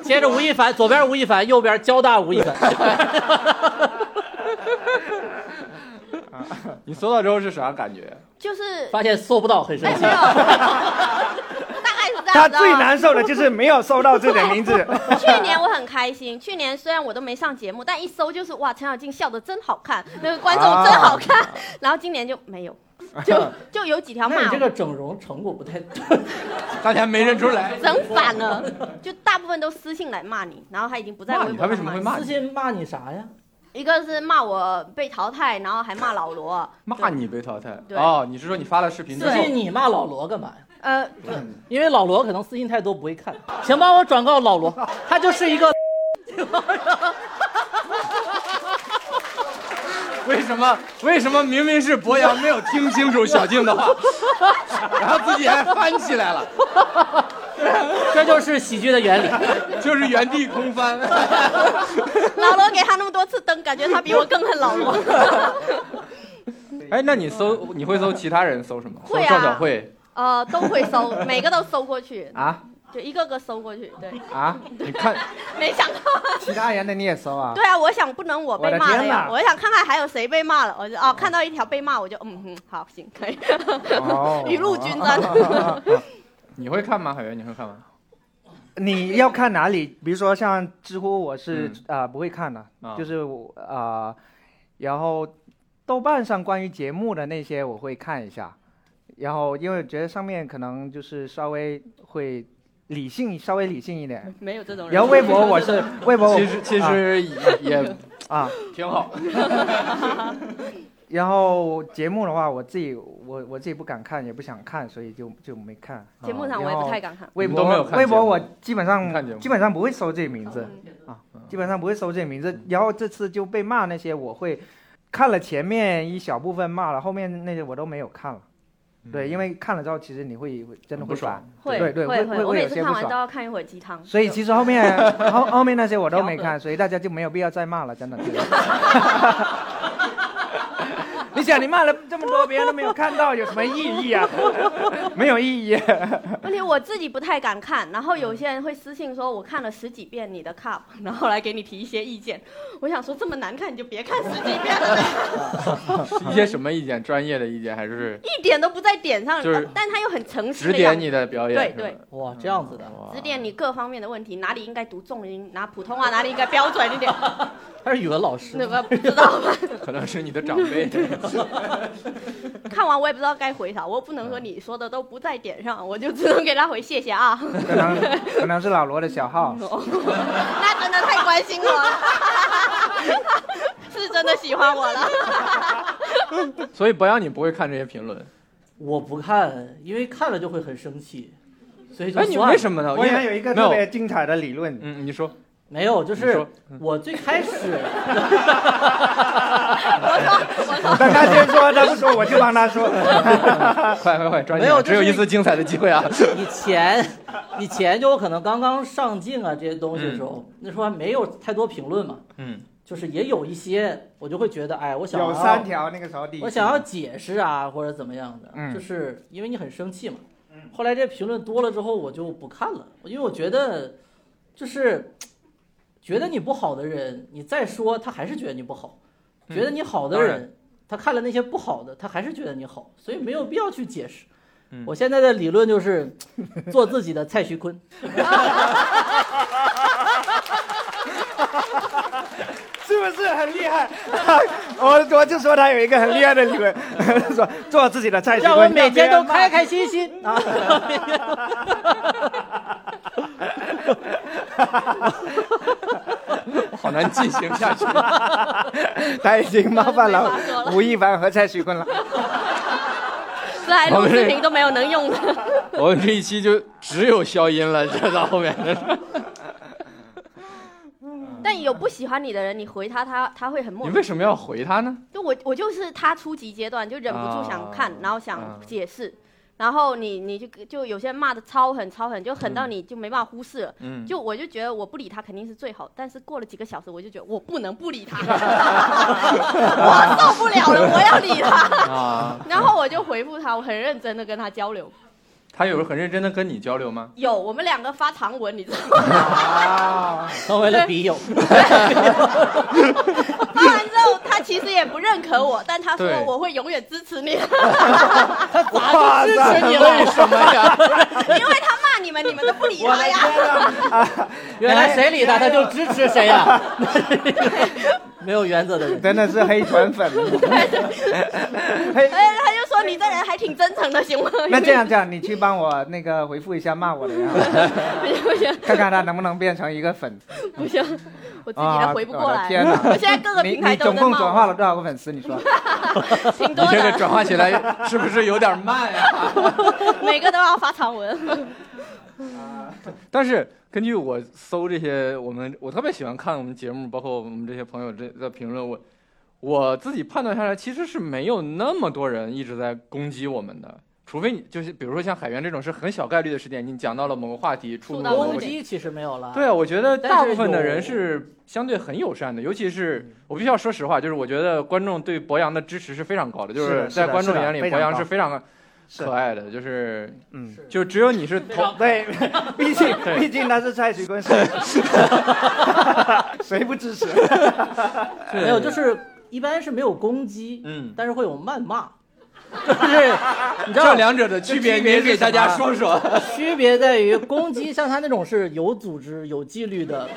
S5: 接着吴亦凡，左边吴亦凡，右边交大吴亦
S2: [LAUGHS]
S5: 凡。
S2: 你搜到之后是啥感觉？
S4: 就是
S5: 发现搜不到，很生
S4: 哎
S5: 气
S4: 没。
S5: [LAUGHS]
S4: 有，大概是这样。
S3: 他
S4: 你知道
S3: 最
S4: 吗
S3: 难受的就是没有搜到自己的名
S4: [LAUGHS]
S3: 字。
S4: 去年我很开心，去年虽然我都没上节目，但一搜就是哇，啊陈小静笑得真好看，那个观众真好看。然后今年就没有，就就有几条骂
S5: 那你这
S4: 我，
S5: 个整容成果不太，
S2: 大家没认出来。
S4: 整反了，就大部分都私信来骂你，然后他已经不在
S2: 骂
S4: 微
S2: 你
S4: 博
S2: 他为
S4: 上
S2: 什么
S4: 骂
S2: 会
S4: 你
S2: 骂
S5: 私
S2: 你？
S5: 信骂你啥呀？
S4: 一个是骂我被淘汰，然后还骂老罗，
S2: 骂你被淘汰
S4: 对
S2: 哦？你是说你发了视频之
S5: 私
S2: 后
S5: 信你骂老罗干嘛呀？
S4: 呃，
S5: 因为老罗可能私信太多不会看。行，帮我转告老罗，他就是一个 [LAUGHS]
S2: 为什么为什么明明是博洋没有听清楚小静的
S4: [LAUGHS]
S2: 话，然后自己还翻起来了，
S5: 这就是喜剧的原理。
S2: 就是原地空
S4: [LAUGHS]
S2: 翻。
S4: 老罗给他那么多次灯，感觉他比我更恨老
S3: [LAUGHS]
S4: 罗。
S2: 哎，那你搜你会搜其他人搜什么？搜
S4: 会啊
S2: 赵小慧
S4: 呃，都会搜，每个都搜过去，
S3: 啊
S4: 就一个个搜过去。对，
S3: 啊，
S2: 你看
S4: 没想
S3: [LAUGHS]
S4: 到。
S3: 其他人的你也搜啊？
S4: 对啊，我想不能我被骂
S3: 我的
S4: 了
S3: 天哪
S4: 呀，我想看看还有谁被骂了。我就哦，看到一条被骂，我就嗯哼，好行可以，
S3: 哦
S4: 雨露均
S3: [LAUGHS]
S4: 沾。
S2: 你会看吗？海源，你会看吗？
S3: 你要看哪里？比如说像知乎，我是
S2: 嗯
S3: 啊、呃不会看的，
S2: 啊
S3: 就是我啊、呃然后豆瓣上关于节目的那些我会看一下，然后因为觉得上面可能就是稍微会理性，稍微理性一点。
S4: 没有这种人。
S3: 然后微博我
S2: [LAUGHS]
S3: 是微博我
S2: 其实其实也也
S3: 啊，
S2: 挺好。
S3: 然后节目的话我自己我我自己不敢看，也不想看，所以就就没看。
S4: 节目上我也不太敢看。
S3: 微
S2: 你
S3: 博
S2: 都没有看
S3: 微
S2: 节
S3: 博
S2: 目
S3: 我基本
S2: 你看节目
S3: 上基本上不会搜这名字。
S4: 嗯
S3: 基本上不会搜这名字。然后这次就被骂那些，我会看了前面一小部分骂了，后面那些我都没有看了。对，因为看了之后，其实你会会真的
S2: 嗯很不
S3: 会
S2: 爽
S3: 烦，
S4: 会
S3: 对对
S4: 会
S3: 会会
S4: 我
S3: 会
S4: 每
S3: 有
S4: 次
S3: 些
S4: 看
S3: 不
S4: 完
S3: 爽
S4: 都要看一会儿鸡汤。
S3: 所以其实后
S4: [LAUGHS]
S3: 面后后面那些我都没
S5: 调
S3: 看，所以大家就没有必要再骂了，真的。真的你想，你骂了这么多，别人都没有看到，有什么意义
S4: [LAUGHS]
S3: 啊？没有意义。啊
S4: 问题我自己不太敢看，然后有些人会私信说，我看了十几遍你的 cup，然 [LAUGHS] 后来给你提一些意见。我想说这么难看你就别看十几遍了， [LAUGHS]
S2: 是一些什么意见？专业的意见还是
S4: 一点都不在点上，
S2: 就是
S4: 但他又很诚实
S2: 指
S4: 的样
S2: 点
S4: 子，
S2: 你的表演？
S4: 对
S2: 是吧
S5: 哇，这样子的，
S2: 哇
S4: 指点你各方面的问题，哪里应该读重音，哪普通话哪里应该标准
S2: [LAUGHS]
S4: 一点，
S5: 他是语文老师
S4: 那。个不知道吧？
S2: 可能是你的长辈。
S4: [LAUGHS] 看完我也不知道该回啥，我不
S2: 嗯
S4: 能说你说的都不在点上，我就只能给他回谢谢啊。 [LAUGHS] 哦
S3: 可能可能是老罗的小号。
S4: 那真的太关心我了， [LAUGHS] 是真的喜欢我了。 [LAUGHS]
S2: 所以博洋，你不会看这些评论？
S5: [LAUGHS] 我不看，因为看了就会很生气，所以就
S2: 哎，你
S5: 算
S2: 为
S5: 了
S2: 什么呢？
S3: 我
S2: 因
S3: 以前
S2: 为
S3: 有一个
S2: 没
S3: 特别精彩的理论，
S2: 嗯，你说
S5: 没有，就
S2: 你
S5: 是
S2: 说
S5: 我最开始。 [LAUGHS]
S3: 等 [LAUGHS] 他先说，他不说我就帮
S4: [LAUGHS]
S3: 他说。
S2: 快快快，抓紧
S5: 没有
S2: 啊，
S5: 就
S2: 只有
S5: 是
S2: 一次精彩的机会啊！
S5: 以前，以前就我可能刚刚上镜啊这些东西的时候，那时候还没有太多评论嘛，
S2: 嗯，
S5: 就是也有一些，我就会觉得，哎，我想
S3: 有
S5: 要
S3: 三条，那个时候第一。
S5: 我想要解释啊或者怎么样的，
S3: 嗯
S5: 就是因为你很生气嘛。后来这评论多了之后，我就不看了，因为我觉得，就是觉得你不好的人，你再说他还是觉得你不好；
S2: 嗯
S5: 觉得你好的
S2: 当然
S5: 人，他看了那些不好的，他还是觉得你好，所以没有必要去解释。
S2: 嗯
S5: 我现在的理论就是，做自己的蔡徐坤。
S3: 是不是很厉害？ [LAUGHS] 我我就说他有一个很厉害的理论， [LAUGHS] 说做自己的蔡徐
S5: 让我
S3: 坤，
S5: 每天都开
S3: 开。
S5: 开心心啊！
S2: 我好难进行下去。
S3: [LAUGHS] 他已经冒
S4: [LAUGHS]
S3: 犯了
S4: 被骂多了
S3: 吴亦凡和蔡徐坤了。
S4: 这还录视频都没有能用的。
S2: 我们这一期就只有消音了，这到后面的。
S4: [LAUGHS] 但有不喜欢你的人，你回他，他他会很
S2: [LAUGHS] 你
S4: 漠
S2: 为
S4: 然。
S2: 什么要回他呢？
S4: 就我我就是他初级阶段，就忍不住想看，
S2: 啊
S4: 然后想
S2: 啊
S4: 解释，然后你你就就有些人骂的超狠超狠，就狠到你就没办法忽视了。
S2: 嗯，
S4: 就我就觉得我不理他肯定是最好，但是过了几个小时，我就觉得我不能不理
S2: [LAUGHS]
S4: 他，我受不了了，我要理他。
S2: 啊，
S4: 然后我就回复他，我很认真的跟他交流。
S2: 他有很认真的跟你交流
S4: [LAUGHS]
S2: 吗？
S4: 有我们两个发长文，你知道吗？
S3: 啊，
S5: 成为了笔友，
S3: [LAUGHS]
S4: 发完之后，他其实也不认可我，但他说
S2: 对
S4: 我会永远支持你， [LAUGHS] 因为
S5: 啊 [LAUGHS] 咋就支持
S2: [LAUGHS]
S5: 你
S2: 啊为什
S5: 了？
S2: 么呀？
S4: 他骂你们，你们都不理他呀。
S5: 原来谁理他，他就支持谁呀、哎 [LAUGHS] 没有原则的人，
S3: 真的是黑粉
S4: [LAUGHS]
S3: 粉。嘿，
S4: 哎，他就说你这人还挺真诚的，行吗？
S3: [LAUGHS] 那这样这样，你去帮我那个回复一下骂我的人啊，
S4: [LAUGHS] 不行不行
S3: 看看他能不能变成一个粉。
S4: 不行，我自己都回不过来。
S3: 啊我的天哪
S4: [LAUGHS] 我现在各个
S3: 你
S4: 平
S3: 你
S4: 台都
S3: 总
S4: 在
S3: 共转
S4: 骂
S3: 化
S4: 我，
S3: 了多少个粉丝？
S4: [LAUGHS]
S3: 你说
S4: 挺
S2: 你
S4: 多
S2: 这个
S4: 的，
S2: 转化起来是不是有点慢呀、
S4: [LAUGHS] 每个都要发长文。 [LAUGHS]
S2: 但是根据我搜这些，我们我特别喜欢看我们节目，包括我们这些朋友这的评论，我我自己判断下来，其实是没有那么多人一直在攻击我们的，除非你就是比如说像海源这种是很小概率的事件，你讲到了某个话题，触
S4: 触
S2: 怒
S4: 到
S2: 了
S4: 了
S2: 某
S4: 你
S2: 个
S5: 攻击其实没有了。
S2: 对啊，我觉得
S5: 但
S2: 大
S5: 是
S2: 部分的人
S5: 有
S2: 是相对很友善的，尤其是我必须要说实话，就是我觉得观众对博洋的支持是非常高的，就是
S3: 的
S2: 是
S3: 是
S2: 在
S3: 的
S2: 观众
S3: 是的
S2: 眼里，
S3: 非
S2: 博
S3: 常
S2: 洋
S3: 高
S2: 是非常
S3: 是
S2: 可爱的，就是
S3: 嗯，
S5: 是
S2: 就只有你是
S5: 非
S2: 头 [LAUGHS]
S5: 常
S3: 对，毕竟
S2: 对
S3: 毕竟他是蔡徐坤，谁
S4: [LAUGHS]
S3: [LAUGHS] 谁不支持？
S2: 对
S5: 没有，就是一般是没有攻击，
S2: 嗯，
S5: 但是会有谩骂，就是你知道
S2: 这两者的区别，
S5: 这
S2: 你
S5: 区别
S2: 也
S5: 是
S2: 给大家
S5: 什啊
S2: 说说。
S5: 区别在于攻击，像他那种是有组织、有纪律的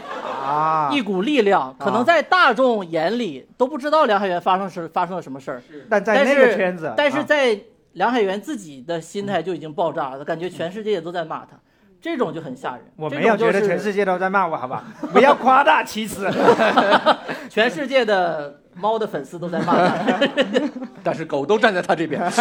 S3: 啊
S5: 一股力量，可能在大众眼里都不知道梁海源发生是发生了什么事儿，
S3: 但在
S5: 但
S3: 那
S5: 是
S3: 个圈子，
S5: 但是
S3: 啊
S5: 在梁海源自己的心态就已经爆炸了，感觉全世界都在骂他，这种就很吓人。
S3: 我
S5: 这
S3: 没有
S5: 种
S3: 觉
S5: 就
S3: 得
S5: 是
S3: 全世界都在骂我，好吧？不要夸大其词。
S5: 全世界的猫的粉丝都在骂
S3: [LAUGHS]
S5: 他，
S2: [LAUGHS] 但是狗都站在他这边。 [LAUGHS]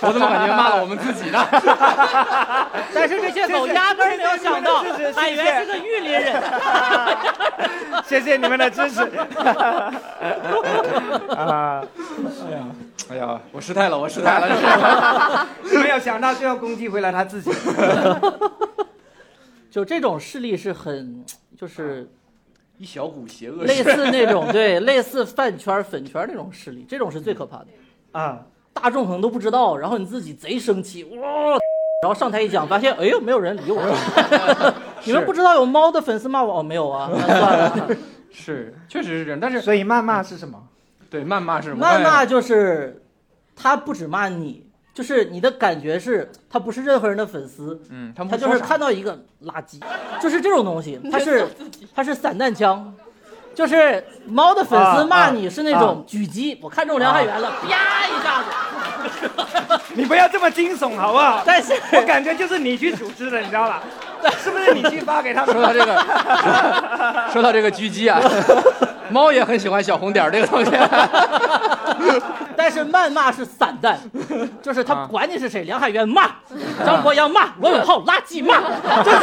S2: 我怎么感觉骂了我们自己呢？
S5: [LAUGHS]
S2: [LAUGHS]
S5: [LAUGHS] 但是这些狗压根儿没有想到
S3: 谢谢谢谢
S5: 海源是个玉林人。
S3: 谢谢你们的支持。[LAUGHS]
S5: 哎
S3: 啊，
S2: 哎呀，我失态了，我失态了。
S3: 没有想到最后攻击回来他自己。
S5: [LAUGHS] 就这种势力是很，就是
S2: 一小股邪恶
S5: 类似那种对，类似饭圈、粉圈那种势力，这种是最可怕的。
S3: 啊，
S5: 大众可能都不知道，然后你自己贼生气，哇，然后上台一讲，发现哎呦没有人理我， [LAUGHS] 你们不知道有猫的粉丝骂我哦没有啊，那
S2: [LAUGHS]
S5: 算了。
S2: 是，确实是这样。但是
S3: 所以谩骂是什么？
S2: 对谩骂是
S5: 谩骂就是他不止骂你，就是你的感觉是他不是任何人的粉丝，
S2: 嗯，他们
S5: 他
S2: 会
S5: 就
S2: 说
S5: 是
S2: 啥
S5: 看到一个垃圾，就是这种东西，他是他是散弹枪，就是猫的粉
S2: 啊
S5: 丝骂你是那种狙击，我看中梁汉元了，啪一下
S2: [LAUGHS]
S5: 子。
S3: 你不要这么惊悚好不好？
S5: 但
S2: [LAUGHS]
S5: 是
S3: 我感觉就是你去组织的，你知道吧？是不是你去发给他们？
S2: 说到这个， [LAUGHS] 说到这个狙击啊，猫也很喜欢小红点儿这个东西。
S5: 但是谩骂是散弹，就是他
S2: 啊
S5: 管你是谁，梁海源骂，张博洋骂，罗永浩垃圾骂，
S2: 啊
S5: 就是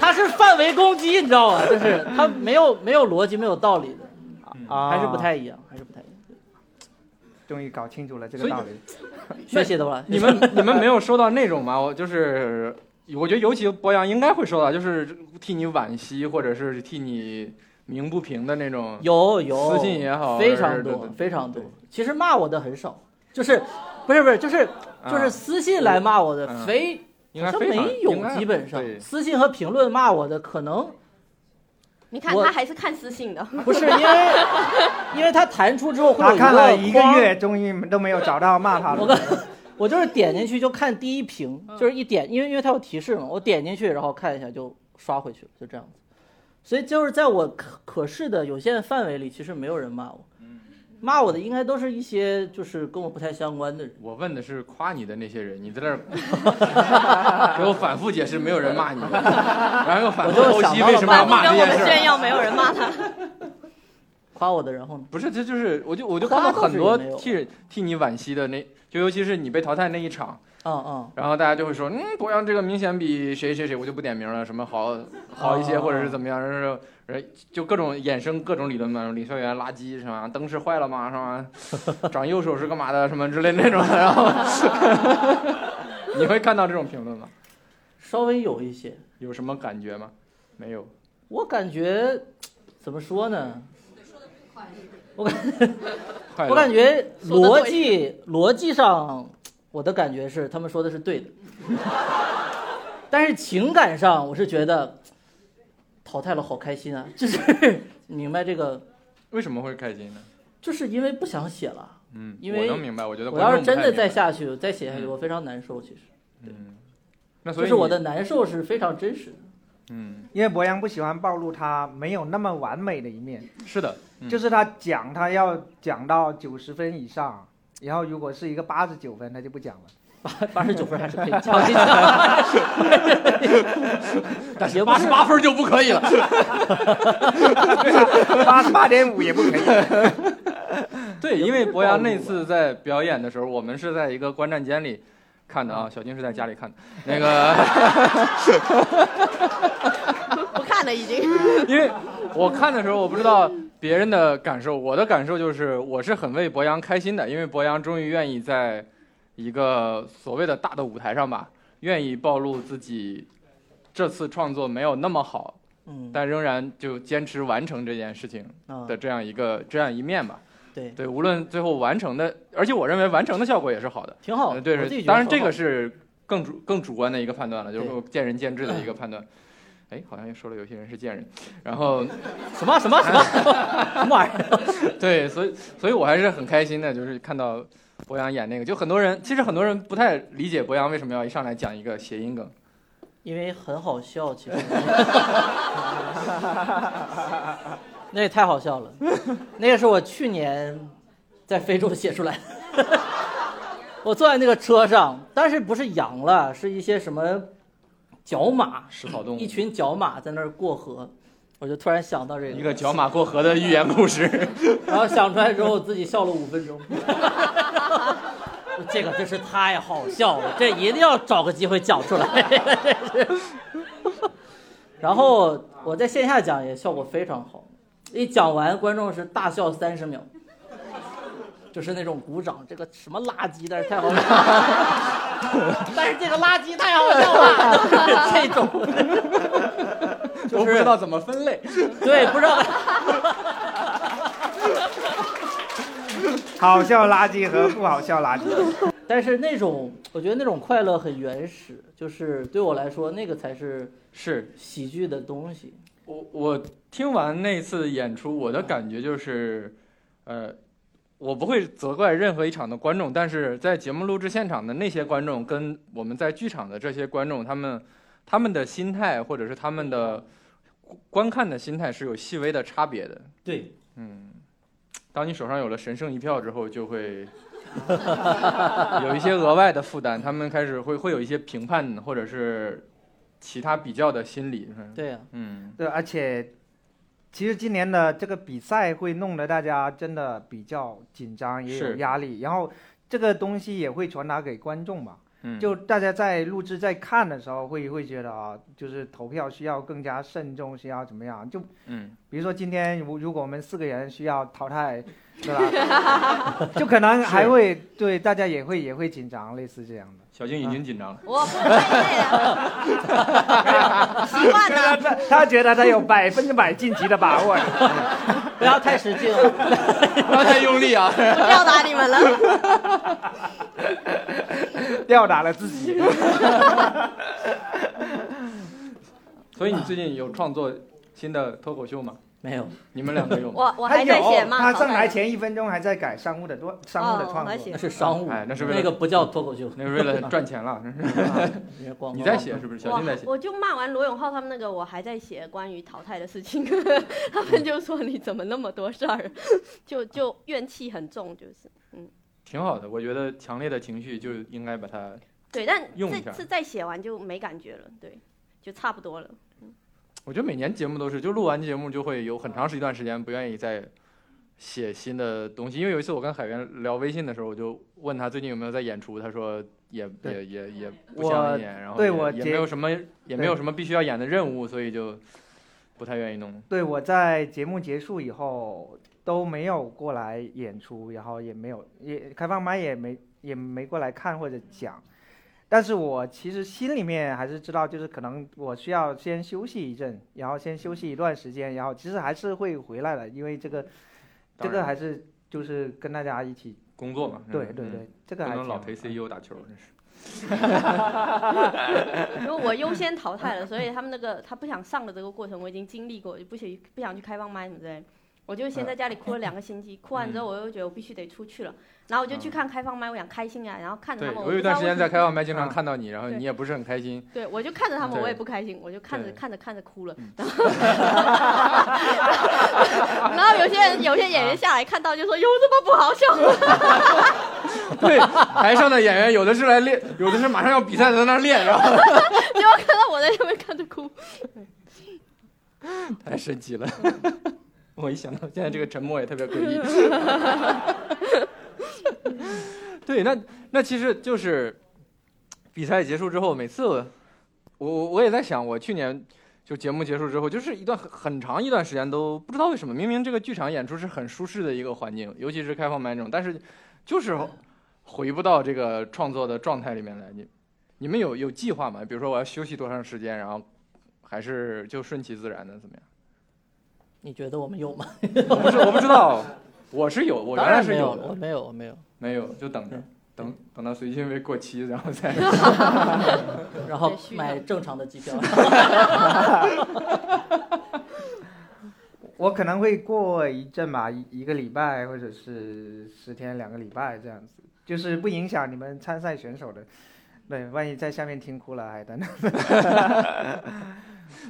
S5: 他是范围攻击，你知道吗？就是他没有没有逻辑，没有道理的，
S3: [LAUGHS] 啊
S5: 还是不太一样，还是不太一样。
S3: 终于搞清楚了这个道理。
S5: 学习的吧，
S2: 你们你们没有收到那种吗？我就是，我觉得尤其博洋应该会收到，就是替你惋惜或者是替你鸣不平的那种。
S5: 有有
S2: 私信也好
S5: 非
S2: 还是
S5: 常
S2: 对
S5: 多
S2: 对
S5: 非常多
S2: 对。
S5: 其实骂我的很少，就是不是不是就是就
S2: 啊
S5: 是私信来骂我的
S2: 嗯
S5: 非
S2: 应
S5: 好
S2: 该
S5: 像
S2: 非常
S5: 没
S2: 应
S5: 有，
S2: 该
S5: 基本上
S2: 对
S5: 私信和评论骂我的可能
S4: 你看
S5: 我
S4: 他还是看私信的， [LAUGHS]
S5: 不是因为因为他弹出之后会
S3: 他
S5: 有
S3: 看了一个
S5: 框
S3: 月，终于都没有找到骂他
S5: 我跟
S3: 的。
S5: 我就是点进去就看第一屏，就是一点，因为因为它有提示嘛，我点进去然后看一下就刷回去了，就这样子。所以就是在我可可视的有限范围里，其实没有人骂我，骂我的应该都是一些就是跟我不太相关的人。
S2: 我问的是夸你的那些人，你在这儿给我反复解释，没有人骂你，然后又反复
S5: 我就
S2: 剖
S5: 想
S2: 析
S5: 到
S2: 为
S5: 了
S2: 什么要
S4: 反复
S2: 骂
S4: 跟
S2: 这
S4: 我
S2: 件
S4: 们
S2: 事
S4: 炫
S2: 儿。
S4: 耀，没有人骂他。
S5: 夸我的，然后呢？
S2: 不是，这就是我就我就
S5: 夸
S2: 看到
S5: 倒
S2: 很
S5: 是
S2: 多
S5: 也没有
S2: 替替你惋惜的那，就尤其是你被淘汰那一场，
S5: 嗯嗯，
S2: 然后大家就会说，嗯，博洋这个明显比谁谁谁，我就不点名了，什么好好一些，
S5: 哦
S2: 或者是怎么样，然后人就各种衍生各种理论嘛，领校园垃圾是吧？灯是坏了吗？是吧？长右手是干嘛的？什么之类的那种， [LAUGHS] 然后你会看到这种评论吗？
S5: 稍微有一些，
S2: 有什么感觉吗？没有，
S5: 我感觉怎么说呢？我感
S2: 快乐
S5: 我感觉
S4: 说得
S5: 逻
S4: 对
S5: 辑逻辑上，我的感觉是他们说的是
S4: [LAUGHS]
S5: 对的，但是情感上，我是觉得淘汰了好开心啊，就是明白这个，
S2: 为什么会开心呢？
S5: 就是因为不想写了。
S2: 嗯，
S5: 因为
S2: 我能明白，我觉得
S5: 我要是
S2: 观众
S5: 真
S2: 不太
S5: 的再
S2: 明白，
S5: 下去，再写下去，我非常难受。其实，
S2: 嗯，那所
S5: 就
S2: 以
S5: 是我
S2: 你
S5: 的，难受是非常真实的。
S2: 嗯，
S3: [LAUGHS] 因为博洋不喜欢暴露他没有那么完美的一面，
S2: 是的，嗯
S3: 就是他讲他要讲到九十分以上，然后如果是一个八十九分，他就不讲了。
S5: 八八十九分还是可以加进去，但也不
S2: 八
S5: 是
S2: 十八分就不可以了。
S3: 八八点五也不可以。
S2: [LAUGHS] 对，因为博洋那次在表演的时候，我们是在一个观战间里看的啊，小金是在家里看的。那个， [LAUGHS]
S4: 不看了已
S3: [LAUGHS]
S4: 经。
S2: 因为我看的时候，我不知道别人的感受，我的感受就是，我是很为博洋开心的，因为博洋终于愿意在一个所谓的大的舞台上吧，愿意暴露自己这次创作没有那么好，
S5: 嗯
S2: 但仍然就坚持完成这件事情
S5: 啊
S2: 的这样一个这样一面吧。
S5: 对，
S2: 对，无论最后完成的，而且我认为完成的效果也是好的。
S5: 挺好
S2: 呃
S5: 的。
S2: 对，
S5: 哦我自己
S2: 是
S5: 觉得
S2: 当然
S5: 很
S2: 这
S5: 好
S2: 个是更主更主观的一个判断了，就是
S5: 对嗯
S2: 说见仁见智的一个判断。哎，好像又说了有些人是贱人，然后
S5: 什么什么
S2: [LAUGHS]
S5: 什么什么玩意儿？
S2: 对，所以所以我还是很开心的，就是看到博洋演那个，就很多人其实很多人不太理解博洋为什么要一上来讲一个谐音梗，
S5: 因为很好笑，其实。那也太好笑了，那个是我去年在非洲写出来的。 [LAUGHS] 我坐在那个车上，但是不是羊了，是一些什么角马，
S2: 食草动物，
S5: 一群角马在那儿过河，我就突然想到这个，
S2: 一个角马过河的寓言故事。
S5: 然后想出来之后，我自己笑了五分钟。这个真是太好笑了，这一定要找个机会讲出来， [LAUGHS] 这是。然后我在线下讲也效果非常好，一讲完观众是大笑三十秒，就是那种鼓掌，这个什么垃圾，但是太好笑了， [LAUGHS] 但是这个垃圾太好笑了， [LAUGHS] 这种， [LAUGHS] 就是
S2: 我不知道怎么分
S5: [LAUGHS]
S2: 类，
S5: 对，不知道。
S3: 好笑垃圾和不好笑垃圾，
S5: 但是那种，我觉得那种快乐很原始，就是对我来说，那个才是
S2: 是
S5: 喜剧的东西。
S2: 我我听完那次演出，我的感觉就是，呃，我不会责怪任何一场的观众，但是在节目录制现场的那些观众跟我们在剧场的这些观众，他们他们的心态或者是他们的观看的心态是有细微的差别的。
S5: 对，
S2: 嗯，当你手上有了神圣一票之后，就会有一些额外的负担，他们开始会会有一些评判或者是其他比较的心理。嗯
S5: 对呀、啊
S2: 嗯。
S3: 对，而且其实今年的这个比赛会弄得大家真的比较紧张，也有
S2: 是
S3: 压力，然后这个东西也会传达给观众吧。
S2: 嗯
S3: 就大家在录制、在看的时候会，会觉得啊，就是投票需要更加慎重，需要怎么样？就
S2: 嗯，
S3: 比如说今天如如果我们四个人需要淘汰，对吧？ [LAUGHS] 就可能还会对大家也会也会紧张，类似这样的。
S2: 小静已经紧张了。
S4: 我不太累了， [LAUGHS] 习惯
S3: 他
S4: 了。
S3: 他他觉得他有百分之百晋级的把握。
S5: 不要太使劲了。
S2: 不要太用力啊！
S4: 不吊打你们了，
S3: 吊打了自己。
S2: [LAUGHS] 所以你最近有创作新的脱口秀吗？
S5: 没有，
S2: 你们两个有吗？
S4: 我我还在写嘛。
S3: 他有他
S4: 好
S3: 上
S4: 吧
S3: 台前一分钟还在改商务的多商务的
S4: 哦
S3: 创
S4: 我还
S3: 作
S4: 写
S5: 那。是商务，
S2: 哎那是为了
S5: 那个不叫脱口秀。
S2: 那是为了赚
S3: [LAUGHS]
S2: 钱了，真是。
S5: 因为光
S2: [LAUGHS] 你在写？是不是？小
S4: 我
S2: 静在写。
S4: 我就骂完罗永浩他们那个，我还在写关于淘汰的事情， [LAUGHS] 他
S2: 嗯
S4: 们就说你怎么那么多事儿，就就怨气很重，就是
S2: 挺好的，我觉得强烈的情绪就应该把它。
S4: 对，但
S2: 用一
S4: 这
S2: 下
S4: 次再写完就没感觉了，对，就差不多了。
S2: 我觉得每年节目都是，就录完节目就会有很长一段时间不愿意再写新的东西。因为有一次我跟海源聊微信的时候，我就问他最近有没有在演出，他说也也
S3: 对
S2: 也也不
S3: 我
S2: 想演，然后
S3: 对
S2: 也
S3: 我
S2: 也
S3: 结
S2: 没有什么也没有什么必须要演的任务，所以就不太愿意弄。
S3: 对，我在节目结束以后都没有过来演出，然后也没有也开放麦也没也没过来看或者讲。但是我其实心里面还是知道，就是可能我需要先休息一阵，然后先休息一段时间，然后其实还是会回来的，因为这个这
S2: 当
S3: 个
S2: 然
S3: 还是就是跟大家一起，
S2: 工作嘛，
S3: 对
S2: 嗯
S3: 对
S2: 嗯
S3: 对，这
S2: 不
S3: 个还
S2: 能
S3: 挺
S2: 老
S3: 好
S2: 陪 CEO 打球，真是。
S4: 因为我优先淘汰了，所以他们那个他不想上的这个过程我已经经历过，就不想不想去开放麦什么之类的。我就
S2: 嗯
S4: 先在家里哭了两个星期，哭完之后我又觉得我必须得出去了，然后我就去看开放麦，我想开心啊，然后看着
S2: 嗯对
S4: 他们，
S2: 我有
S4: 不
S2: 一
S4: 知道
S2: 段时间
S4: 为
S2: 在
S4: 什
S2: 开
S4: 么，
S2: 放麦经常
S3: 啊
S2: 看到你，然后
S4: 对
S2: 你也不是很开心。 [LAUGHS]
S4: 对我就看着他们，
S2: 对
S4: 我也不开心，我就看着
S2: 对
S4: 看着看着哭了 [LAUGHS]
S2: 嗯，
S4: 然后然后有些人有些演员下来看到就说有这么不好笑吗，
S2: 对，台上的演员有的是来练，有的是马上要比赛在那儿练，然后
S4: 结果看到我在上面看着哭。
S2: [LAUGHS] 太神奇了。我一想到现在这个沉默也特别诡 [LAUGHS] 异。对，那那其实就是比赛结束之后，每次我我我也在想，我去年就节目结束之后，就是一段很很长一段时间都不知道为什么，明明这个剧场演出是很舒适的一个环境，尤其是开放麦这种，但是就是回不到这个创作的状态里面来。你你们有有计划吗？比如说我要休息多长时间，然后还是就顺其自然的怎么样？
S5: 你觉得我们有吗？
S2: 我不是我不知道，我是有，我原
S5: 当
S2: 来
S5: 然
S2: 是
S5: 没有，
S2: 的
S5: 我，没有，我没有。
S2: 没有就等着
S5: 嗯，
S2: 等等到随机位过期，然后
S5: [LAUGHS]
S2: 再 [LAUGHS]
S5: 然后
S4: 必须的
S5: 买正常的机票。 [LAUGHS]
S3: 我可能会过一阵吧，一一个礼拜或者是十天、两个礼拜这样子，就是不影响你们参赛选手的。对，万一在下面听哭了还等。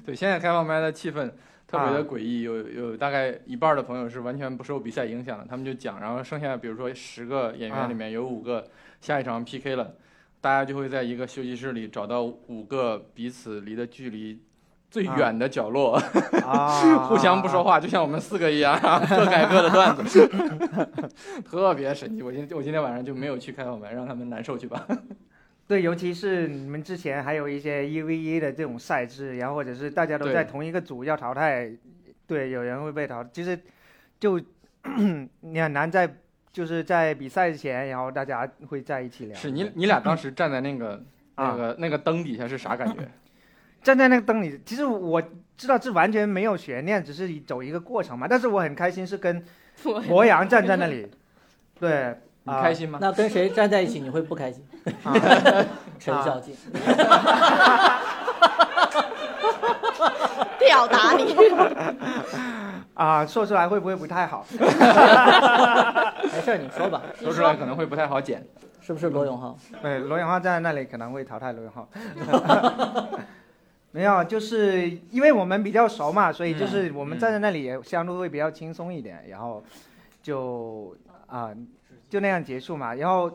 S2: 对。现在开放麦的气氛特别的
S3: 啊
S2: 诡异，有有大概一半儿的朋友是完全不受比赛影响的，他们就讲，然后剩下比如说十个演
S5: 啊
S2: 员里面有五个下一场 PK 了，大家就会在一个休息室里找到五个彼此离的距离。最
S3: 啊
S2: 远的角落，
S3: 啊，
S2: [LAUGHS] [LAUGHS] 互相不说话，就像我们四个一样，然后各改各的段子， [LAUGHS] 特别神奇。我今我今天晚上就没有去开放麦，让他们难受去吧。
S3: [LAUGHS] 对，尤其是你们之前还有一些一 v 一的这种赛制，然后或者是大家都
S2: 对
S3: 在同一个组要淘汰，对，有人会被淘汰，就是就 [COUGHS] 你很难在就是在比赛前，然后大家会在一起聊。
S2: 是你你俩当时站在那个那
S3: 啊
S2: 个那个灯底下是啥感觉？
S3: 站在那个灯里，其实我知道这完全没有悬念，只是走一个过程嘛。但是我很开心是跟
S4: 我
S3: 博洋站在那里，对，
S2: 你
S3: 啊
S2: 开心吗？
S5: 那跟谁站在一起你会不开心？
S2: 啊
S5: [LAUGHS] 陈小静，
S4: 吊打你！
S3: 啊，说出来会不会不太好？ [LAUGHS]
S5: 没事儿你说吧，
S2: 说出来可能会不太好剪。
S5: 是不是罗永浩？
S3: 对，罗永浩站在那里可能会淘汰罗永浩。 [LAUGHS] 没有，就是因为我们比较熟嘛，所以就是我们站在那里也相对会比较轻松一点，然后就啊、就那样结束嘛。然后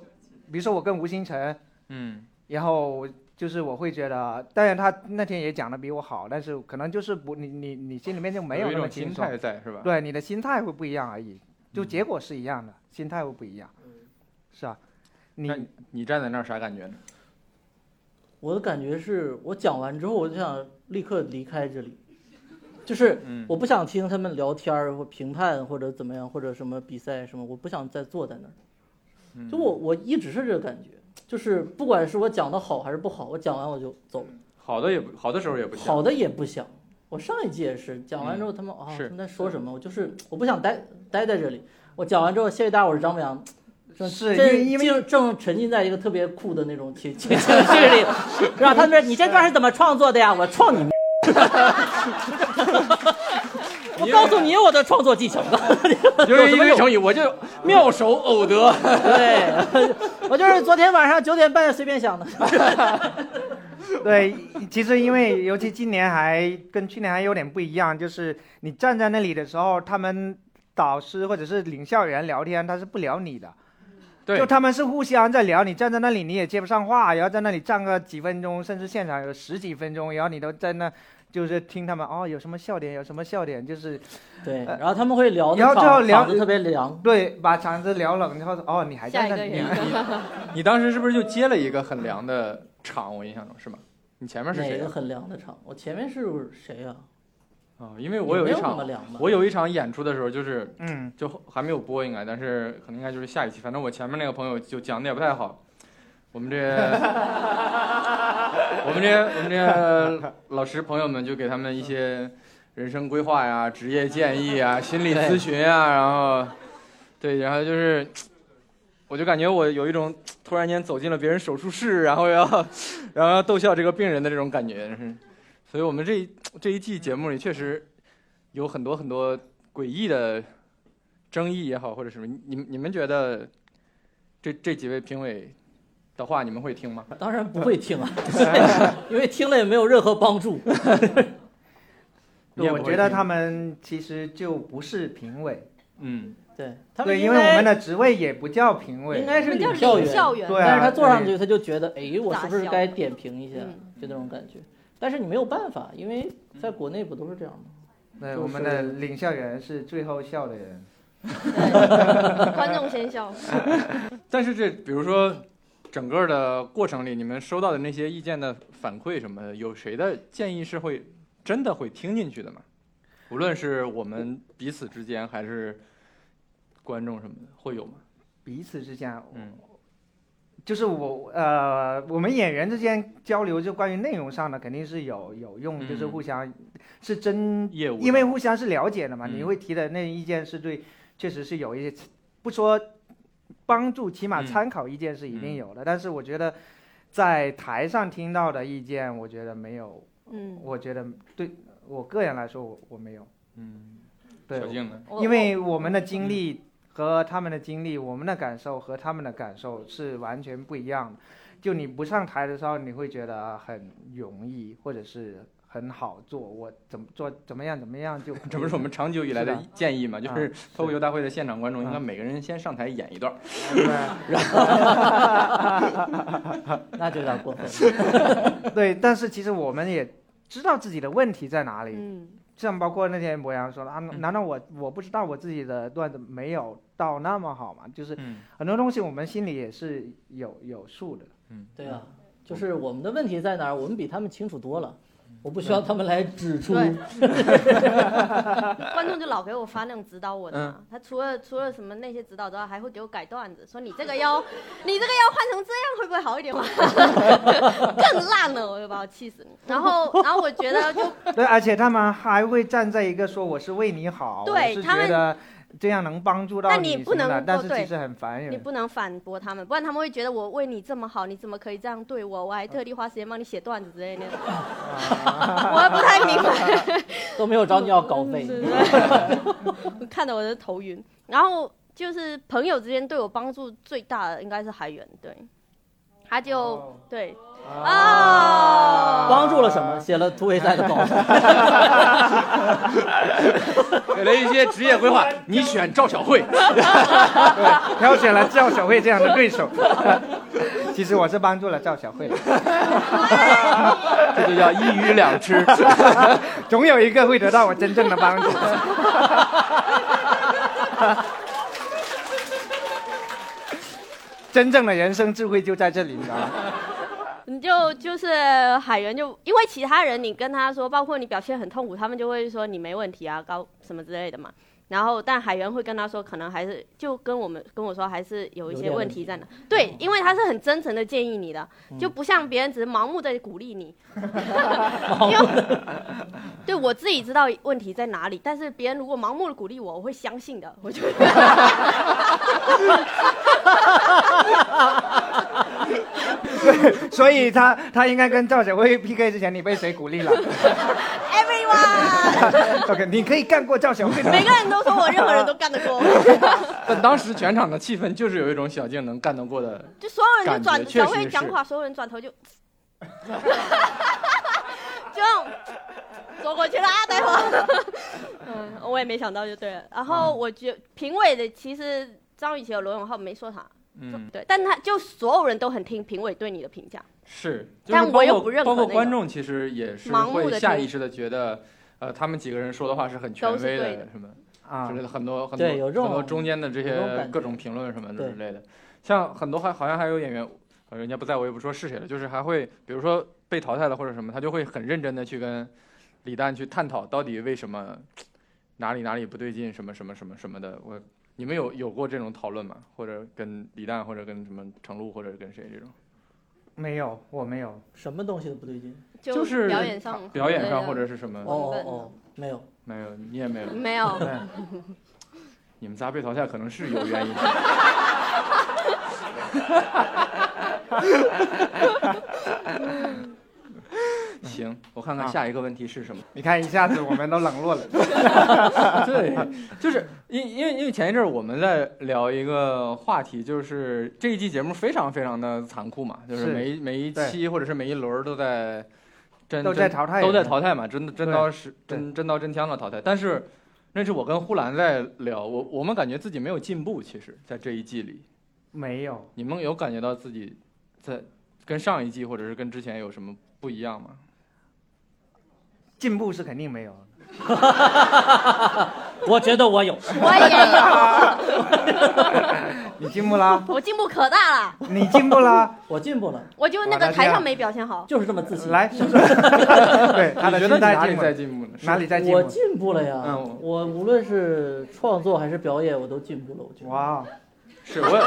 S3: 比如说我跟吴星辰，
S2: 嗯，
S3: 然后就是我会觉得，当然他那天也讲的比我好，但是可能就是不，你你你心里面就没
S2: 有一
S3: 那么
S2: 种心
S3: 轻松，
S2: 态嗯在是吧？
S3: 对，你的心态会不一样而已，就结果是一样的，心态会不一样，是啊，
S2: 嗯
S3: 你
S2: 那你站在那儿啥感觉呢？
S5: 我的感觉是我讲完之后我就想立刻离开这里，就是
S2: 嗯，
S5: 我不想听他们聊天儿或评判或者怎么样或者什么比赛什么，我不想再坐在那儿。
S2: 嗯
S5: 就我我一直是这个感觉，就是不管是我讲的好还是不好，我讲完我就走了，
S2: 好的也不好的时候也不行。
S5: 好的也不想。我上一季也是讲完之后，他们啊、
S2: 嗯是
S5: 他们在说什么，我就是我不想待待在这里。我讲完之后，谢谢大家，我是张博洋。正
S3: 是因为
S5: 正
S3: 因为
S5: 正正沉浸在一个特别酷的那种情情情绪里，然后他们说你这段是怎么创作的呀？我创你妈！我告诉你我的创作技巧，
S2: 就是因
S5: 有什么
S2: 为 [LAUGHS]
S5: 用
S2: 成语，我就妙手偶得。
S5: 对，
S2: [LAUGHS]
S5: 我就是昨天晚上九点半随便想的。
S2: [LAUGHS]
S3: 对，其实因为尤其今年还跟去年还有点不一样，就是你站在那里的时候，他们导师或者是领校员聊天，他是不聊你的，
S2: 对
S3: 就，他们是互相在聊，你站在那里你也接不上话，然后在那里站个几分钟，甚至现场有十几分钟，然后你都在那。就是听他们哦，有什么笑点，有什么笑点，就是
S5: 对，然后他们会聊得
S3: 然后
S5: 场，
S3: 最后聊
S5: 场子特别凉。
S3: 对，把场子聊冷之后，哦，你还
S4: 下
S3: 在
S4: 一
S3: 那
S4: 个
S3: 里
S4: 人
S3: 面，，
S2: 你当时是不是就接了一个很凉的场？我印象中是吗？你前面是
S5: 哪
S2: 谁
S5: 个
S2: 啊？
S5: 很凉的场？我前面是谁呀、
S2: 啊，因为我
S5: 有
S2: 有一
S5: 没有那么
S2: 场，
S5: 凉吧？
S2: 我有一场演出的时候就是
S3: 嗯，
S2: 就还没有播应该，但是可能应该就是下一期。反正我前面那个朋友就讲的也不太好，我们这我们这我们这老师朋友们就给他们一些人生规划呀、职业建议啊、心理咨询啊，然后对，然后就是我就感觉我有一种突然间走进了别人手术室，然后要 [LAUGHS] 然后要逗笑这个病人的这种感觉。是所以我们这一这一季节目里确实有很多很多诡异的争议也好，或者什么，你你你们觉得这这几位评委的话，你们会听吗？
S5: 当然不会听啊， [LAUGHS] 因为听了也没有任何帮助。
S2: 你也不
S3: 我
S2: 会
S3: 觉得
S2: 听
S3: 他们其实就不是评委，
S2: 嗯，
S5: 对他们
S3: 对，
S5: 应
S3: 因为我
S5: 该
S3: 们的职位也不叫评委
S5: 应，该是
S4: 我们
S5: 领
S4: 叫
S5: 票
S4: 领
S5: 员，
S4: 校园，
S3: 对啊
S5: 但是他坐上去，他就觉得，哎，我是不是
S4: 杂
S5: 该
S4: 校
S5: 点评一下？
S4: 嗯
S5: 就那种感觉。但是你没有办法，因为在国内不都是这样吗？
S3: 对，
S5: 就是
S3: 我们的领校员是最后笑的人。
S4: 对观众先笑。
S2: 但是这比如说整个的过程里，你们收到的那些意见的反馈什么的，有谁的建议是会真的会听进去的吗？无论是我们彼此之间，还是观众什么的，会有吗？
S3: 彼此之间，
S2: 嗯
S3: 就是我呃，我们演员之间交流，就关于内容上的肯定是有有用，
S2: 嗯
S3: 就是互相是真，
S2: 业务的
S3: 因为互相是了解的嘛，
S2: 嗯
S3: 你会提的那意见是对，确实是有一些不说帮助，起码
S2: 嗯
S3: 参考意见是一定有的。但是我觉得在台上听到的意见，我觉得没有，
S4: 嗯，
S3: 我觉得对我个人来说，我我没有，
S2: 嗯，
S3: 对
S2: 小，静呢？
S4: 我
S3: 因为我们的
S2: 嗯
S3: 经历和他们的经历，我们的感受和他们的感受是完全不一样的。就你不上台的时候，你会觉得很容易，或者是很好做，我怎么做怎么样怎么样就
S2: [LAUGHS] 这不是我们长久以来
S3: 是
S2: 的
S3: 的
S2: 建议嘛？就是脱口秀大会的现场观众应
S3: 啊
S2: 该每个人先上台演一段儿。
S3: 对
S5: 那就有点过分。
S3: 对，但是其实我们也知道自己的问题在哪里，
S4: 嗯，
S3: 像包括那天博洋说的啊，
S2: 嗯
S3: 难道我我不知道我自己的段子没有到那么好吗？就是
S2: 嗯
S3: 很多东西我们心里也是有有数的。
S5: 对啊，就是我们的问题在哪儿？我们比他们清楚多了，我不需要他们来指出。
S4: 对观众就老给我发那种指导我的嘛，他除了除了什么那些指导之外，还会给我改段子，说你这个要你这个要换成这样会不会好一点嘛？ [LAUGHS] 更烂了，我就把我气死。然后然后我觉得就 [LAUGHS]
S3: 对，而且他们还会站在一个说我是为你好，
S4: 对
S3: 我是
S4: 他们
S3: 觉得这样能帮助到
S4: 但你
S3: 你
S4: 不
S3: 什么
S4: 能
S3: 的
S4: 够
S3: 但是
S4: 对
S3: 其实很烦
S4: 你
S3: 人。
S4: 不能反驳他们，不然他们会觉得我为你这么好，你怎么可以这样对我？我还特地花时间帮你写段子之类的，
S3: 啊
S4: 我也不太明白。 [LAUGHS]
S5: 都没有找你要稿费， [LAUGHS]
S4: 看得我都头晕。然后就是朋友之间对我帮助最大的应该是海源，对，他就、
S3: 哦
S4: 对
S5: 帮
S4: 哦，
S5: 助了什么？写了突围赛的稿费。
S2: [LAUGHS] 给了一些职业规划，你选赵小慧。[LAUGHS]
S3: [LAUGHS] 对，挑选了赵小慧这样的对手。 [LAUGHS] 其实我是帮助了赵小
S4: [LAUGHS]
S3: 慧，
S2: 这就叫一鱼两吃。 [LAUGHS]
S3: 总有一个会得到我真正的
S4: [LAUGHS]
S3: 帮助。真正的人生智慧就在这里，你知道吗？
S4: 你就就是海源就因为其他人你跟他说，包括你表现很痛苦，他们就会说你没问题啊，高什么之类的嘛。然后，但海源会跟他说，可能还是就跟我们跟我说，还是有一
S5: 有
S4: 些
S5: 点
S4: 问
S5: 问
S4: 题嗯
S5: 题
S4: 在哪。对，因为他是很真诚的建议你的，就不像别人只是盲目的鼓励 [LAUGHS] 你。因为对我自己知道问题在哪里，但是别人如果盲目的鼓励我，我会 [LAUGHS] 相信的。我觉得。
S3: 对， [LAUGHS] 所以他他应该跟赵小慧 PK 之前，你被谁鼓励了 [LAUGHS]
S4: Everyone，
S3: ？OK，你可以干过赵小慧的。
S4: 每个人都说我，任何人都干得过， [LAUGHS]
S2: 但当时全场的气氛就是有一种小静能干得过的，
S4: 就所有人就转
S2: 感觉确实
S4: 转会讲话，所有人转头就，就走过去了啊，待会儿。嗯，我也没想到就对了。然后
S2: 嗯
S4: 我觉评委的其实张雨绮和罗永浩没说啥，就
S2: 嗯，
S4: 对，但他就所有人都很听评委对你的评价，
S2: 是。
S4: 但
S2: 就是包括
S4: 我又不认可
S2: 包括
S4: 那个
S2: 观众其实也是
S4: 盲目地
S2: 会
S4: 听
S2: 下意识的觉得，呃，他们几个人说的话是很权
S4: 都是
S2: 威
S4: 对
S2: 的
S4: 的，
S2: 什么
S3: 啊
S2: 之类的，很多很多
S5: 对有
S2: 很
S5: 这种
S2: 多中间的这
S5: 有这种
S2: 些
S5: 感觉
S2: 各种评论什么的
S5: 对
S2: 之类的。像很多还好像还有演员，呃人家不在我也不说是谁了，就是还会比如说被淘汰了或者什么，他就会很认真的去跟李诞去探讨到底为什么哪里哪里不对劲，什么什么什么什么的。我你们有有过这种讨论吗？或者跟李诞或者跟什么程璐或者跟谁这种？
S3: 没有，我没有。
S5: [LAUGHS] 什么东西都不对劲？
S2: 就是
S4: 表演上
S2: 表演上
S4: 对
S2: 或者是什么？
S5: 哦哦哦，没有。
S2: 没有，你也没有，
S4: 没有，
S3: 对，
S2: 你们仨被淘汰可能是有原因的。行，我看看
S3: 啊
S2: 下一个问题是什么。
S3: 你看一下子我们都冷落了。 [LAUGHS]
S2: 啊对，就是因因为因为前一阵儿我们在聊一个话题，就是这一季节目非常非常的残酷嘛，就是
S3: 是
S2: 每一每一期或者是每一轮儿都在真
S3: 都在淘汰
S2: 都在
S3: 人
S2: 淘汰嘛，真真刀实真真刀真枪的淘汰。但是那是我跟呼兰在聊，我我们感觉自己没有进步，其实，在这一季里，
S3: 没有，
S2: 你们有感觉到自己在跟上一季或者是跟之前有什么不一样吗？
S3: 进步是肯定没有 [LAUGHS] 的。
S5: 我觉得我有，
S4: 我也
S3: 你进步啦，
S4: 有，我进步可大了，
S3: 你进步啦，
S5: 我进步了，
S4: 我就那个台上没表现好，
S5: 就是这么自信。
S3: 来， [LAUGHS] 对他的
S2: 你觉
S3: 心
S2: 得哪
S3: 态
S2: 里
S3: 进步
S2: 在，进步呢？
S3: 哪里在进
S5: 我
S3: 步？
S5: 进步了呀！
S2: 嗯
S5: 我无论是创作还是表演，我都进步了。我觉得，
S3: 哇，
S2: 是我也，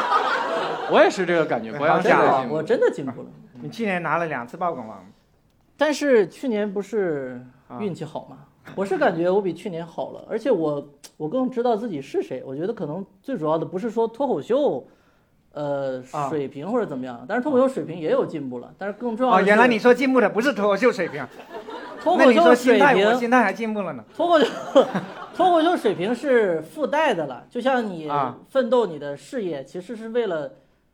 S2: [LAUGHS] 我也是这个感
S3: [LAUGHS]
S2: 觉，
S3: 对
S2: 博洋
S3: 好
S2: 真
S5: 真
S3: 假
S2: 的
S5: 的
S2: 进，
S5: 我
S2: 步。
S5: 真的进步了。
S3: 你去年拿了两次爆梗王，
S5: 但是去年不是
S3: 啊
S5: 运气好吗？我是感觉我比去年好了，而且我我更知道自己是谁。我觉得可能最主要的不是说脱口秀，呃，
S3: 啊
S5: 水平或者怎么样，但是脱口秀水平也有进步了。但是更重要
S3: 哦，
S5: 啊的是，
S3: 原来你说进步的不是脱口秀水平，
S5: 脱
S3: 那
S5: 口
S3: 你
S5: 秀
S3: 说心
S5: 水
S3: 态，我
S5: 平，
S3: 心态还进步了呢。
S5: 脱口秀脱口秀水平是附带的了。就像你
S3: 啊
S5: 奋斗你的事业，其实是为了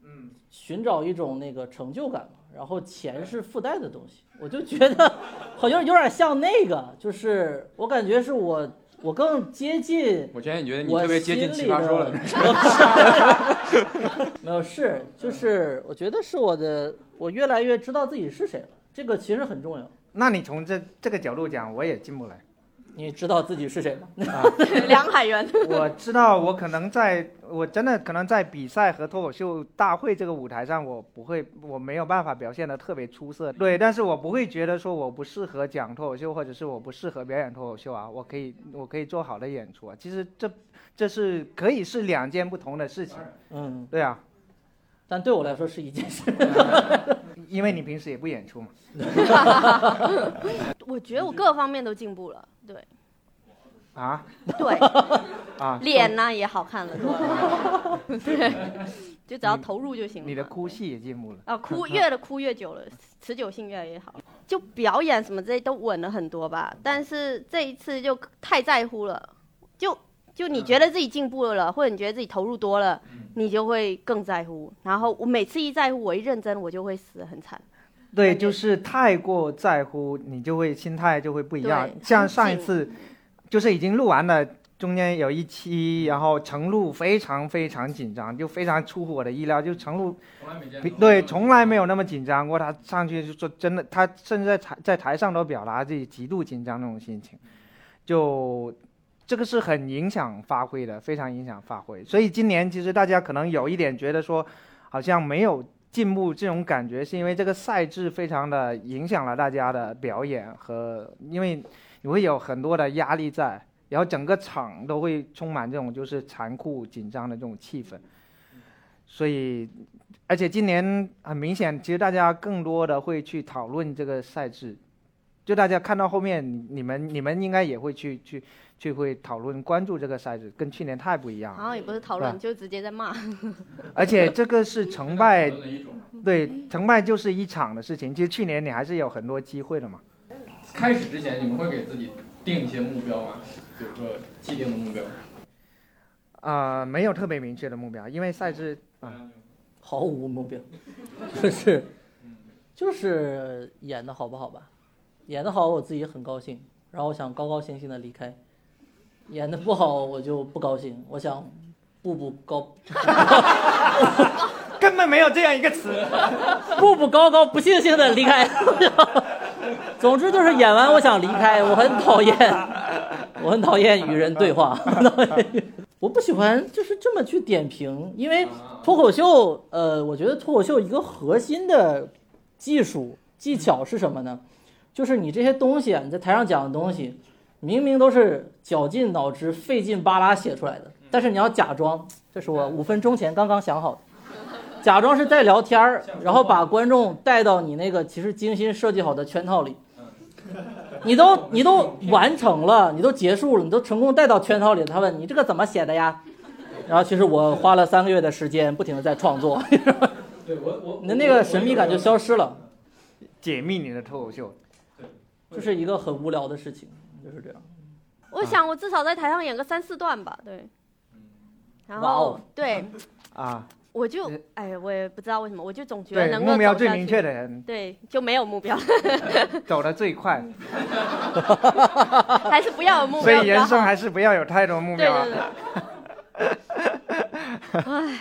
S3: 嗯，
S5: 寻找一种那个成就感嘛，然后钱是附带的东西。我就觉得好像有点像那个，就是我感觉是我我更接近
S2: 我觉得你觉得你
S5: 我
S2: 特别接近奇葩说了，
S5: 了。
S2: [LAUGHS]
S5: 没有是就是我觉得是我的，我越来越知道自己是谁了，这个其实很重要。
S3: 那你从这这个角度讲，我也进步了。
S5: 你知道自己是谁吗？
S4: 梁海源， [LAUGHS]
S3: 我知道，我可能在，我真的可能在比赛和脱口秀大会这个舞台上，我不会，我没有办法表现的特别出色，对，但是我不会觉得说我不适合讲脱口秀，或者是我不适合表演脱口秀啊，我可以，我可以做好的演出啊。其实这，这是可以是两件不同的事情，
S5: 嗯，
S3: 对啊， [LAUGHS]
S5: 但对我来说是一件事。 [LAUGHS]
S3: 因为你平时也不演出嘛。
S4: 我觉得我各方面都进步了，对
S3: 啊
S4: 对，
S3: [LAUGHS] 啊，
S4: 脸呢也好看了多了，对，就只要投入就行了。
S3: 你的哭戏也进步了。
S4: 啊，
S3: [LAUGHS]
S4: 哭越的哭越久了，持久性越来越好。就表演什么这些都稳了很多吧，但是这一次就太在乎了，就就你觉得自己进步
S3: 嗯
S4: 了，或者你觉得自己投入多了，你就会更在乎。然后我每次一在乎，我一认真，我就会死得很惨。
S3: 对，
S4: 感觉
S3: 就是太过在乎，你就会心态就会不一样
S4: 对。
S3: 像
S4: 很
S3: 上一
S4: 紧
S3: 次，就是已经录完了，中间有一期，然后程璐非常非常紧张，就非常出乎我的意料，就程璐
S2: 从来没见
S3: 比
S2: 过
S3: 对从来没有那么紧张过。他上去就说真的，他甚至在台在台上都表达自己极度紧张那种心情，就这个是很影响发挥的，非常影响发挥。所以今年其实大家可能有一点觉得说，好像没有进步这种感觉，是因为这个赛制非常的影响了大家的表演和，因为你会有很多的压力在，然后整个场都会充满这种就是残酷紧张的这种气氛。所以，而且今年很明显，其实大家更多的会去讨论这个赛制，就大家看到后面，你你们你们应该也会去去去会讨论关注这个赛制，跟去年太不一样
S4: 然
S3: 了。
S4: 后也不是讨论，就直接在
S3: [LAUGHS]
S4: 骂。
S3: 而且这个是成败
S2: 的一种。
S3: 对，成败就是一场的事情。其实去年你还是有很多机会的嘛。
S2: 开始之前，你们会给自己定一些目标吗？比如说既定的目标。
S3: 呃，没有特别明确的目标，因为赛制啊
S2: 嗯，
S5: 毫无目标，就是就是演的好不好吧，演的好我自己很高兴，然后我想高高兴兴的离开，演的不好我就不高兴，我想步步高
S3: 根本没有这样一个词。
S5: [LAUGHS] 步步高高不悻悻的离开。 [LAUGHS] 总之就是演完我想离开，我很讨厌，我很讨厌与人对话， [LAUGHS] 我不喜欢就是这么去点评，因为脱口秀，呃，我觉得脱口秀一个核心的技术技巧是什么呢？就是你这些东西啊，你在台上讲的东西，明明都是绞尽脑汁、费劲巴拉写出来
S2: 嗯
S5: 的，但是你要假装这是我五分钟前刚刚想好的。假装是在聊天儿，然后把观众带到你那个其实精心设计好的圈套里。
S2: 嗯
S5: 你都你都完成了，你都结束了，你都成功带到圈套里。他问你这个怎么写的呀？然后其实我花了三个月的时间，不停的在创作，
S2: 对我我
S5: 你的那个神秘感就消失了，
S3: 解密你的脱口秀，
S2: 嗯
S5: 就是一个很无聊的事情，就是这样。
S4: 我想我
S3: 嗯
S4: 至少在台上演个三四段吧，对。然
S5: 哇
S4: 后
S5: 哦
S4: 对
S3: 啊，
S4: 我就
S3: 嗯
S4: 哎，我也不知道为什么，我就总觉得
S3: 对，
S4: 能够
S3: 目标
S4: 走
S3: 最
S4: 下
S3: 明
S4: 去
S3: 确的人
S4: 对，就没有目标，
S3: 走得最快，
S5: 嗯
S4: 还是不要有目
S3: 所
S4: 标
S3: 以
S4: 比较
S3: 人生
S4: 好。
S3: 还是不要有太多目
S4: 对
S3: 标啊。
S4: 对对。 [LAUGHS] 唉，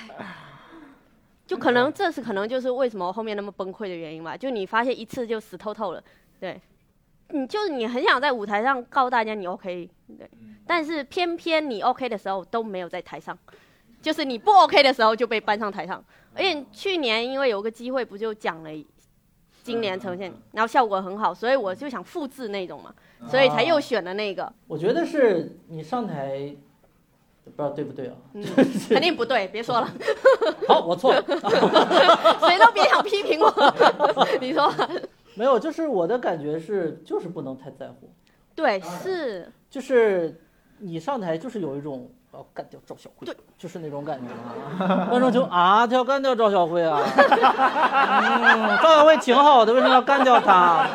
S4: 就可能这是可能就是为什么我后面那么崩溃的原因吧。就你发现一次就死透透了，对，你就是你很想在舞台上告诉大家你 OK，对，但是偏偏你 OK 的时候都没有在台上，就是你不 OK 的时候就被搬上台上。而且去年因为有个机会不就讲了，今年呈现，然后效果很好，所以我就想复制那种嘛，所以才又选了那个。
S5: 我觉得是你上台，不知道对不对啊？
S4: 嗯，肯定不对，别说了，
S5: 好，我错
S4: [LAUGHS]
S5: 了。
S4: 谁都别想批评我。 [LAUGHS] 你说
S5: 没有，就是我的感觉是，就是不能太在乎，
S4: 对，是
S5: 就是你上台就是有一种我要干掉赵小慧，就是那种感觉啊。观众就啊，他要干掉赵小慧啊，嗯，赵小慧挺好的，为什么要干掉她？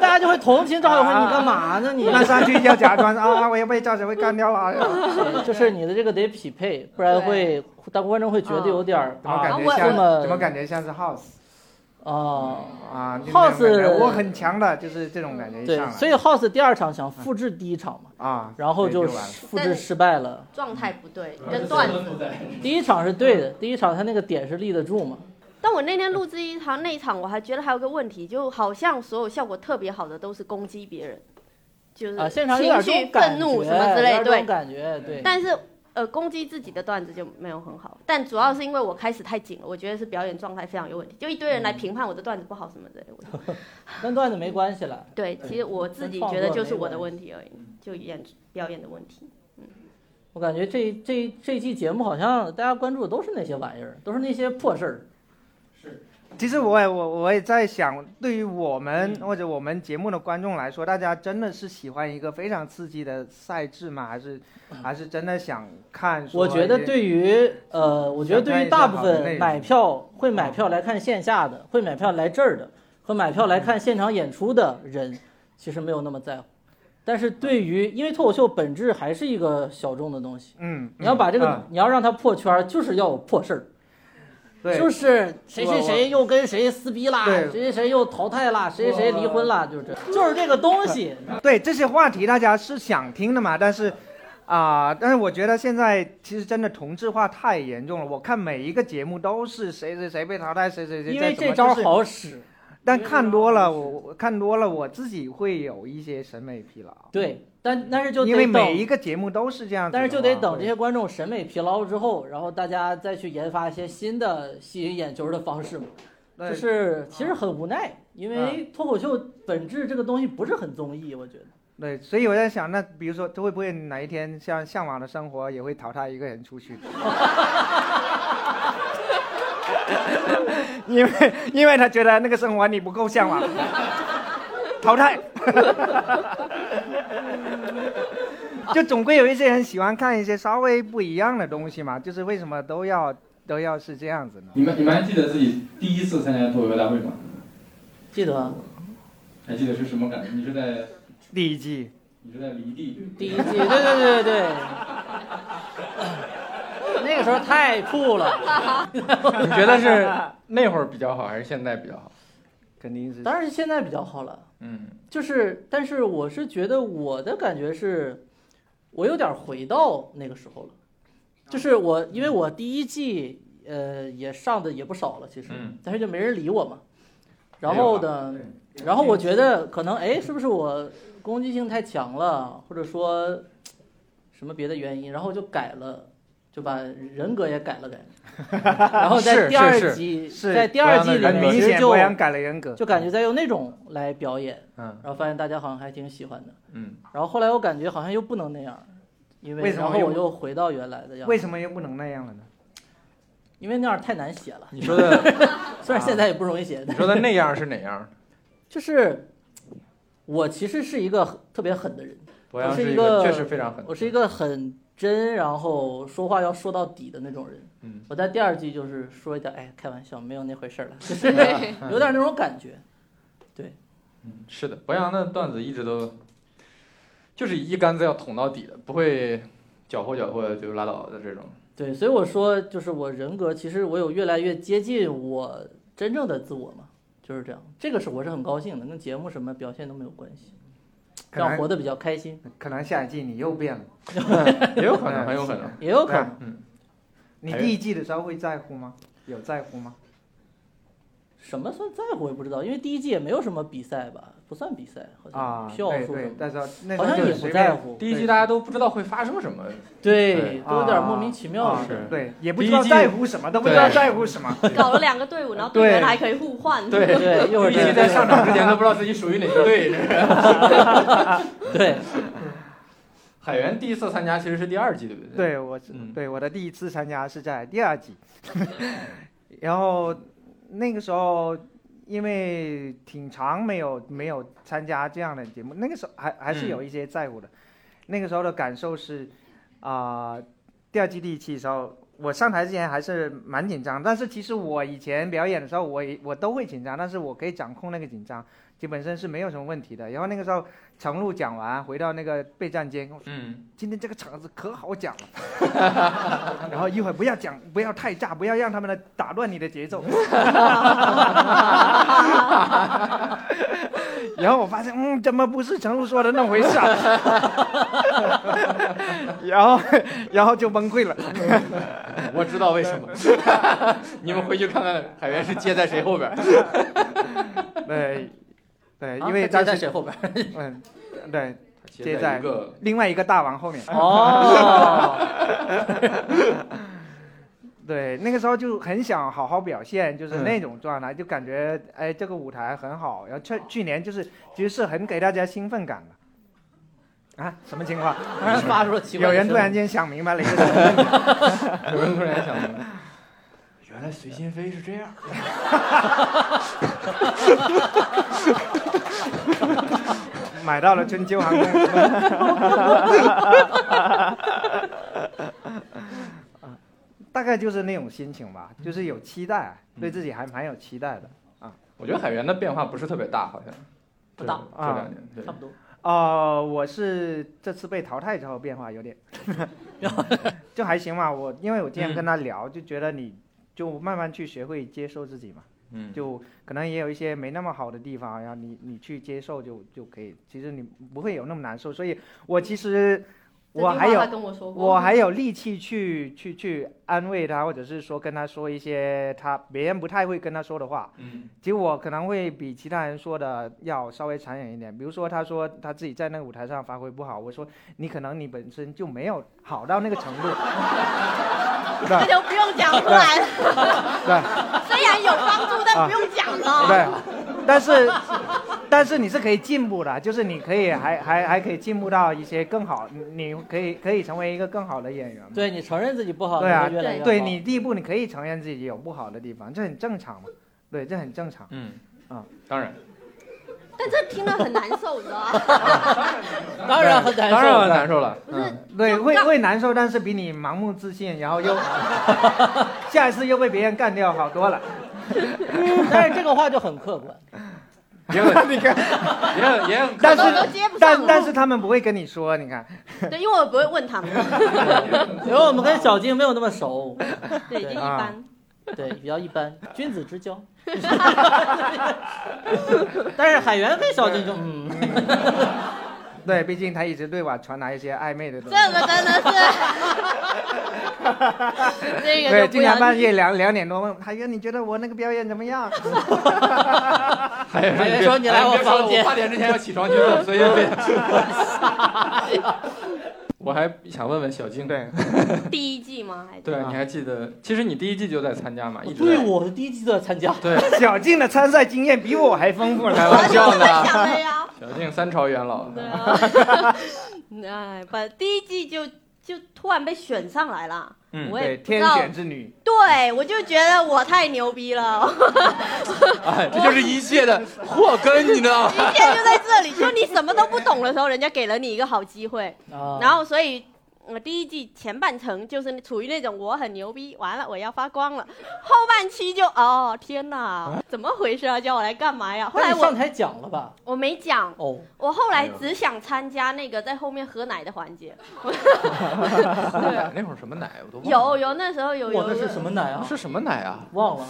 S5: 大家就会同情赵小慧，你干嘛呢你？
S3: 那上去要假装啊，我要被赵小慧干掉
S5: [LAUGHS]
S3: 了。哎呀
S5: 就是你的这个得匹配，不然会，当观众会觉得有点儿
S3: 哦怎么
S5: 啊
S3: 感
S4: 啊
S3: 觉
S4: 我
S3: 像？
S5: 我
S3: 怎么感觉像是 house
S5: 啊。
S3: 啊就是那种感觉
S5: House
S3: 我很强的，就是这种感觉一
S5: 对
S3: 上，来。
S5: 所以 House 第二场想复制第一场嘛，
S3: 啊，
S5: 然后
S3: 对
S5: 就
S3: 完了
S5: 复制失败了。
S4: 状态不对，你的段子。
S5: 第一场是对
S3: 嗯
S5: 的，第一场他那个点是立得住嘛。
S4: 但我那天录制一堂那一场，我还觉得还有个问题，就好像所有效果特别好的都是攻击别人，就是
S5: 啊，现场有
S4: 情绪
S5: 点这种感
S4: 愤
S5: 觉
S4: 怒什么之类，
S5: 有点这种
S4: 对。
S5: 感觉对。
S4: 但是呃，攻击自己的段子就没有很好。但主要是因为我开始太紧了，我觉得是表演状态非常有问题，就一堆人来评判我的段子不好什么之类的。我就
S5: 跟段子没关系了。
S4: 对，其实我自己觉得就是我的问题而已，就演表演的问题。
S5: 我感觉这这这期节目好像大家关注的都是那些玩意儿，都是那些破事儿。
S3: 其实我也我我也在想，对于我
S5: 嗯
S3: 们或者我们节目的观众来说，大家真的是喜欢一个非常刺激的赛制吗？还是还是真的想看？
S5: 嗯我觉得，对于呃，我觉得对于大部
S3: 想看一下好的内容
S5: 分买票会买票来看线下的，会买票来这儿的，和买票来看现场演出的人，其实没有那么在乎。但是对于，因为脱口秀本质还是一个小众的东西，
S3: 嗯，
S5: 你要把这
S3: 嗯
S5: 个，你要让它破圈儿，就是要有破事儿。
S3: 对，
S5: 就是谁
S3: 我
S5: 谁谁又跟谁撕逼啦，
S3: 对
S5: 谁谁谁又淘汰啦，谁谁谁离婚啦，就是这，就是这个东
S3: [LAUGHS]
S5: 西。
S3: 对这些话题大家是想听的嘛，但是。啊、但是我觉得现在其实真的同质化太严重了。我看每一个节目都是谁谁谁被淘汰，谁谁谁
S5: 因
S3: 在
S5: 为
S3: 怎么
S5: 这招
S3: 就是
S5: 好使，
S3: 但看多了，我我看多了，我自己会有一些审美疲劳。
S5: 对，但但是就
S3: 嗯因为
S5: 得
S3: 每一
S5: 等，
S3: 个节目都是这样子的
S5: 但
S3: 嘛，
S5: 是就得等这
S3: 对
S5: 些观众审美疲劳之后，然后大家再去研发一些新的吸引眼球的方式嘛。
S3: 对嗯
S5: 就是其实很无奈，因为脱口秀本质这个东西不是很综艺，我觉得。
S3: 对，所以我在想，那比如说，会不会哪一天像《向往的生活》也会淘汰一个人出去？ [LAUGHS] 因为因为他觉得那个生活你不够向往，淘汰。 [LAUGHS] 就总归有一些人喜欢看一些稍微不一样的东西嘛，就是为什么都要都要是这样子呢？
S6: 你们你们还记得自己第一次参加脱口秀大会吗？
S5: 记得啊
S6: 还记得是什么感觉？你是在
S3: 第一季，
S6: 你是在离地，
S5: 第一季，对对对对对， [LAUGHS] 那个时候太酷了。
S2: [LAUGHS] 你觉得是那会儿比较好，还是现在比较好？
S3: 肯定是
S5: 当然是现在比较好了，
S2: 嗯，
S5: 就是，但是我是觉得我的感觉是，我有点回到那个时候了，就是我因为我第一季呃也上的也不少了，其实
S2: 嗯，
S5: 但是就没人理我嘛。然
S2: 没有
S5: 后
S2: 啊
S5: 呢，然后我觉得可能哎，是不是我攻击性太强了，或者说什么别的原因，然后就改了。就把人格也改
S3: [LAUGHS]
S5: 了改，然后在
S3: 是
S5: 第二
S3: 是
S5: 集，
S3: 是
S5: 在第二
S2: 不
S5: 季
S2: 一样
S5: 里
S2: 的
S3: 很
S2: 人格
S5: 面
S3: 明
S5: 其实
S3: 显
S5: 就
S3: 博洋改了人格，
S5: 就感觉在用那种来表演，
S2: 嗯
S5: 然后发现大家好像还挺喜欢的，
S2: 嗯，
S5: 然后后来我感觉好像又不能那样，因为
S3: 为什么
S5: 然后
S3: 又
S5: 我又回到原来的样子，
S3: 为什么又不能那样了呢？
S5: 因为那样太难写了，
S2: 你说的
S5: 虽然
S3: 啊
S5: 现在也不容易写，
S2: 你
S5: 但
S2: 说的那样是哪样？
S5: 就是我其实是一个很特别狠的人，
S2: 博洋
S5: 我是
S2: 是
S5: 一
S2: 一个
S5: 个
S2: 确实非常狠，
S5: 我是一个很真，然后说话要说到底的那种人。
S2: 嗯，
S5: 我在第二季就是说一点，哎，开玩笑，没有那回事儿了，就是
S4: 对
S5: 有点那种感觉。
S2: 嗯是的，博洋的段子一直都就是一竿子要捅到底的，不会搅和搅和就拉倒的这 [LAUGHS] 种。
S5: 对，所以我说，就是我人格，其实我有越来越接近我真正的自我嘛，就是这样。这个是我是很高兴的，跟节目什么表现都没有关系，
S3: 可
S5: 让我
S3: 能
S5: 活得比较开心，
S3: 可能下一季你又变了，
S2: 也有可能，很有可能。
S5: 也有可
S3: 对
S5: 能。
S3: 啊
S2: 嗯
S3: 你第一季的时候会在乎吗？有在乎吗？
S5: 什么算在乎我也不知道，因为第一季也没有什么比赛吧，不算比赛，好像、
S3: 啊，
S5: 呃票
S3: 对
S5: 数什
S3: 对
S5: 么，
S3: 但是那时
S5: 好
S3: 候
S5: 像
S3: 就
S5: 也
S3: 是
S5: 不
S3: 随
S5: 在
S3: 便，
S5: 乎。
S2: [LAUGHS] 第一季
S3: 对
S2: 大家都不知道会发生什么，
S5: 对，
S2: 对
S5: 都有点莫名其妙
S3: 啊
S5: 的。
S2: 是
S3: 对，也不
S2: 第
S3: 知
S2: 一
S3: 道
S2: 季
S3: 在乎什么，都不知道
S2: 对
S3: 在乎什么。
S4: 搞了两个队伍，然后队员
S3: 对
S4: 还可以互
S2: [LAUGHS]
S4: 换。
S2: 对
S5: 对，
S3: [LAUGHS]
S5: 一会儿
S2: 第一季
S5: 再
S2: 在上场之前都不知道自己属于哪个队。这是
S5: 对，
S2: 海源第一次参加其实是第二季，对不对？对。
S3: 对我是
S2: 嗯
S3: 对我的第一次参加是在第二季， [LAUGHS] 然后那个时候因为挺长没有没有参加这样的节目，那个时候还还是有一些在乎的。那个时候的感受是啊、第二季第一期的时候，我上台之前还是蛮紧张，但是其实我以前表演的时候，我也我都会紧张，但是我可以掌控那个紧张，基本上是没有什么问题的。然后那个时候程璐讲完回到那个备战间，我
S2: 嗯，
S3: 今天这个场子可好讲了， [LAUGHS] 然后一会儿不要讲，不要太炸，不要让他们来打乱你的节奏。 [LAUGHS] 然后我发现，嗯，怎么不是陈露说的那回事啊？ [LAUGHS] 然后，然后就崩溃了。
S2: [LAUGHS] 我知道为什么。 [LAUGHS] 你们回去看看海源是接在谁后 [LAUGHS] 边儿。
S3: 对，对，
S5: 啊
S3: 因为
S5: 他接
S3: 当
S5: 在
S3: 时，
S5: 谁
S3: [LAUGHS]
S5: 后边？
S3: 嗯，对，接
S2: 在
S3: 在
S2: 一个
S3: 另外一个大王后面。[LAUGHS]
S5: [LAUGHS] 哦，
S3: 对，那个时候就很想好好表现，就是
S2: 嗯
S3: 那种状态，就感觉哎，这个舞台很好。然后去去年就是其实是很给大家兴奋感的。啊，什么情况？
S5: 发出了奇怪
S3: 有
S5: 的
S3: 人
S5: 声音。
S3: 突然间想明白了一个什么问题？
S2: 有人突然想明白， [LAUGHS] 原来随心飞是这样。
S3: 买到了春秋航空。 [LAUGHS] 大概就是那种心情吧，就是有期待，对自己还蛮有期待的。
S2: 我觉得海源的变化不是特别大，好像
S5: 不大
S2: 对这两年对
S5: 差不多。
S3: 哦、我是这次被淘汰之后变化有点，就还行吧。我因为我今天跟他聊，就觉得你就慢慢去学会接受自己嘛，
S2: 嗯，
S3: 就可能也有一些没那么好的地方，然后你你去接受就就可以。其实你不会有那么难受，所以我其实
S4: 这句
S3: 我
S4: 话
S3: 还有
S4: 他跟我说过，
S3: 我还有力气去去去安慰他，或者是说跟他说一些他别人不太会跟他说的话。
S2: 嗯
S3: 其实我可能会比其他人说的要稍微残忍一点。比如说，他说他自己在那个舞台上发挥不好，我说你可能你本身就没有好到那个程度。 [LAUGHS]
S4: 那
S3: 对
S4: 就不用讲出来了。
S3: 对啊
S4: 虽然有帮助，但不用讲了。
S3: 对，但是但是你是可以进步的，就是你可以还还还可以进步到一些更好，你你可以可以成为一个更好的演员嘛。
S5: 对你承认自己不好，
S3: 对啊
S5: 你会越来越
S3: 对
S5: 好
S3: 你第一步，你可以承认自己有不好的地方，这很正常嘛。对，这很正常。
S2: 嗯
S3: 啊，
S2: 当然，
S4: 但这听了很难受，你知道吗？
S3: [LAUGHS]
S5: 当然很难受，
S2: 当然很难受了。
S4: 不是，
S3: 对，
S4: 就
S3: 会
S4: 让
S3: 会难受，但是比你盲目自信，然
S4: [LAUGHS]
S3: 后又 [LAUGHS] 下一次又被别人干掉好多了。
S5: 但是这个话就很客观。
S2: 也很你看，也很也很，
S3: 但
S4: 都都
S3: 是
S4: 接不上
S3: 但
S4: 了
S3: 但是他们不会跟你说，你看，
S4: 对，因为我不会问他
S3: [LAUGHS]
S4: 们，
S5: 因为我们跟小金没有那么熟，
S4: 对，已经一般。
S5: 对，比较一般，君子之交。
S3: 啊
S5: 但是海源跟小金就嗯，
S3: 对，毕竟他一直对我传达一些暧昧的东
S4: 这
S3: 西。
S4: 个真的
S3: [LAUGHS]
S4: 是，这个
S3: 对，
S4: 就不
S3: 经常半
S4: 要。
S3: 夜两两点多问海源，你觉得我那个表演怎么样？ [LAUGHS]
S2: 海源
S5: 海源说你来我
S2: 哎别说了
S5: 房间
S2: 我八点之前要起床去了，所以别。 [LAUGHS] 我还想问问小静，
S3: 对，
S4: 第一季吗？还是
S2: 对，你还记得？其实你第一季就在参加嘛，一直
S5: [LAUGHS] 对
S2: 在。
S5: 我的第一季都在参加，
S2: 对，
S3: 小静的参赛经验比我还丰富
S2: 开
S3: 呢。
S2: 玩笑
S4: 我
S2: 呢。
S4: 想了呀。
S2: 小静三朝元老，
S4: 对啊， [LAUGHS] 哎，把第一季就就突然被选上来了，
S2: 嗯
S4: 我也
S3: [LAUGHS] 对，
S4: 不知
S3: 天
S4: 道，
S3: 选之女。
S4: 对我就觉得我太牛逼了，
S2: 哎，这就是一切的祸根，你知道吗？
S4: [LAUGHS] 一切就在这里，就你什么都不懂的时候，人家给了你一个好机会，
S5: 啊
S4: 然后所以呃第一季前半程就是处于那种我很牛逼，完了我要发光了，后半期就哦天哪，怎么回事啊？叫我来干嘛呀？后
S5: 那
S4: 来
S5: 你上
S4: 我
S5: 台讲了吧？
S4: 我没讲，
S5: 哦，
S4: 我后来只想参加那个在后面喝奶的环节。
S2: 喝奶 [LAUGHS] 那会儿什么奶我都忘
S4: 有
S2: 了。
S4: 有那时候有
S5: 我
S4: 有
S5: 那是什么奶啊？
S2: 哦是什么奶啊？
S5: 忘了，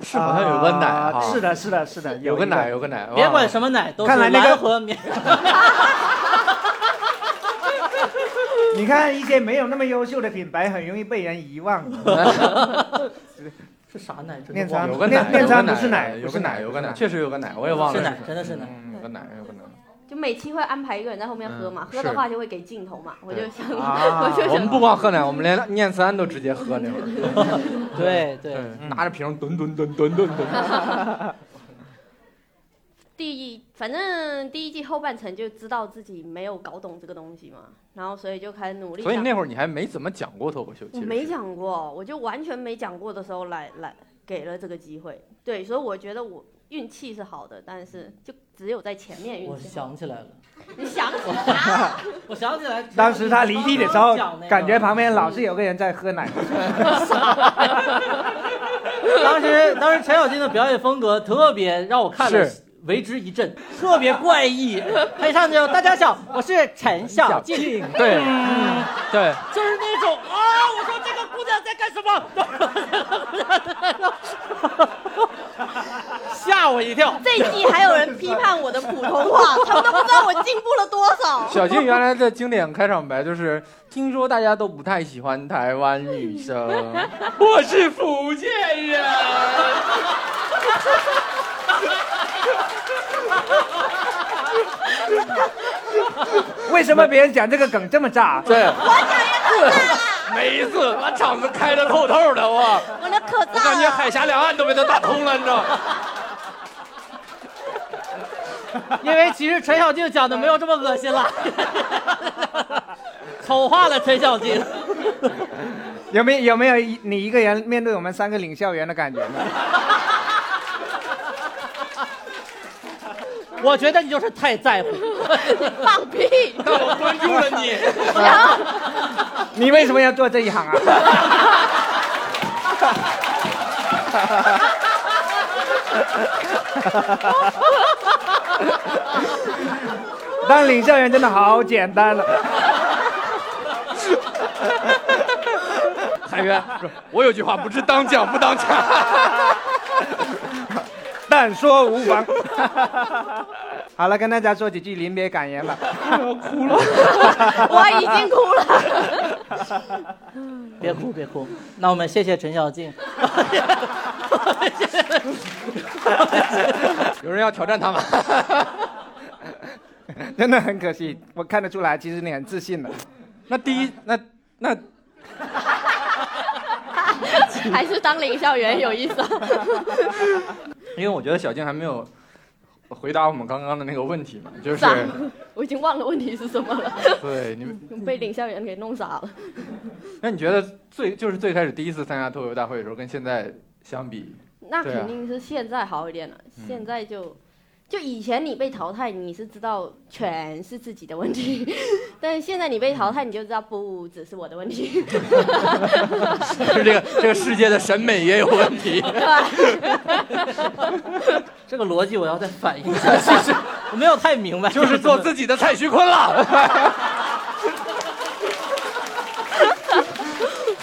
S2: 是好像有个奶啊，
S3: 是的，是的，是的，
S2: 有
S3: 一
S2: 个奶，。哦有个奶。
S5: 别
S2: 忘
S5: 管
S2: 了
S5: 什么奶，都是
S3: 看来那个
S5: 蓝和
S3: [LAUGHS]
S5: 棉。
S3: 你看一些没有那么优秀的品牌，很容易被人
S4: [LAUGHS]
S3: 遗忘。
S5: 是啥奶？真
S3: 面
S5: 的忘
S3: 茶
S5: 了
S2: 有个奶，
S3: 面面
S2: 有
S3: 餐
S2: 个
S3: 不是奶
S2: 有
S3: 不
S2: 个
S3: 是
S2: 奶，
S3: 奶
S2: 有个
S3: 不是
S2: 奶，
S3: 奶
S2: 确实有个奶，我也忘了
S5: 是奶
S2: 什么
S5: 真的是奶
S2: 嗯有个奶，有个奶。
S4: 就每期会安排一个人在后面喝嘛，
S2: 嗯
S4: 喝的话就会给镜头嘛，我就想，
S3: 啊
S4: 我就
S2: [LAUGHS] 我们
S4: 想，
S2: 不光喝奶，我们连念慈庵都直接喝那会儿，
S5: 对
S2: 对
S3: 嗯
S5: 对，，
S2: 拿着瓶吨吨吨吨吨
S3: [LAUGHS]
S2: 吨。
S4: [LAUGHS] 第一，反正第一季后半程就知道自己没有搞懂这个东西嘛，然后所以就开始努力
S2: 所以
S4: 想。
S2: 那会儿你还没怎么讲过脱口秀，其
S4: 我
S2: 实
S4: 没
S2: 是。
S4: 讲过，我就完全没讲过的时候来来给了这个机会，对，所以我觉得我运气是好的，但是就只有在前面运
S5: 我
S4: 气好。
S5: 想起来了，
S4: 你想起来了
S5: 我想起来。
S3: 当时他离地的时候
S5: 刚刚讲那，个
S3: 感觉旁边老是有个人在喝奶。
S5: [LAUGHS] 当时当时陈小金的表演风格特别让我看了
S2: 是
S5: 为之一振，特别怪异。他一上去就，大家好，我是陈小静，
S2: 对，嗯对，
S5: 就是那种啊，我说这个姑娘在干什么？ [LAUGHS] 吓我一跳。
S4: 这一季还有人批判我的普通话，他们都不知道我进步了多少。 [LAUGHS]
S2: 小静原来的经典开场白就是：“听说大家都不太喜欢台湾女
S4: [LAUGHS]
S2: 生，我是福建人。”
S3: 为什么别人讲这个梗这么炸？啊
S2: 对，我 [LAUGHS] 讲每一次把场子开的透透的，我
S4: 我那可
S2: 我感
S4: 炸
S2: 觉
S4: 了，
S2: 海峡两岸都被他打通了，你知道
S4: [LAUGHS]
S2: 吗？
S5: 因为其实陈小静讲的没有这么恶心了， [LAUGHS] 丑化了陈小静。
S3: 有没有有没有一你一个人面对我们三个领校园的感觉呢？
S5: 我觉得你就是太在乎。
S4: 放屁！
S2: 但我关注了你。
S3: 你为什么要做这一行啊？ [LAUGHS] 当领校员真的好简单了。
S2: 海源说：“我有句话不知当讲不当讲。
S3: 但说无妨。 [LAUGHS] 好了，跟大家说几句临别感言 [LAUGHS] 吧。
S4: 我已经哭了。
S5: [LAUGHS] 别哭，别哭。那我们谢谢陈小静。
S2: [LAUGHS] 有人要挑战他吗？
S3: [LAUGHS] 真的很可惜，我看得出来，其实你很自信的。
S2: [LAUGHS] 那第一，那那
S4: 还是当领校员有意思、
S2: 因为我觉得小静还没有回答我们刚刚的那个问题嘛，就是
S4: 傻，我已经忘了问题是什么了，
S2: [LAUGHS]
S4: [LAUGHS]
S2: 对你们，
S4: 被领校员给弄傻了。
S2: 那你觉得最就是最开始第一次参加脱口秀大会的时候，跟现在相比， [LAUGHS]
S4: 那
S2: 对啊
S4: 肯定是现在好一点了，
S2: 嗯
S4: 现在就。就以前你被淘汰，你是知道全是自己的问题，
S2: [LAUGHS]
S4: 但是现在你被淘汰，你就知道不只是我的问
S2: [LAUGHS]
S4: 题。
S2: 就是这个这个世界的审美也有问题。 [LAUGHS]
S5: 这个逻辑我要再反应一下，其实我没有太明白。
S2: 就是做自己的蔡徐坤了。 [LAUGHS]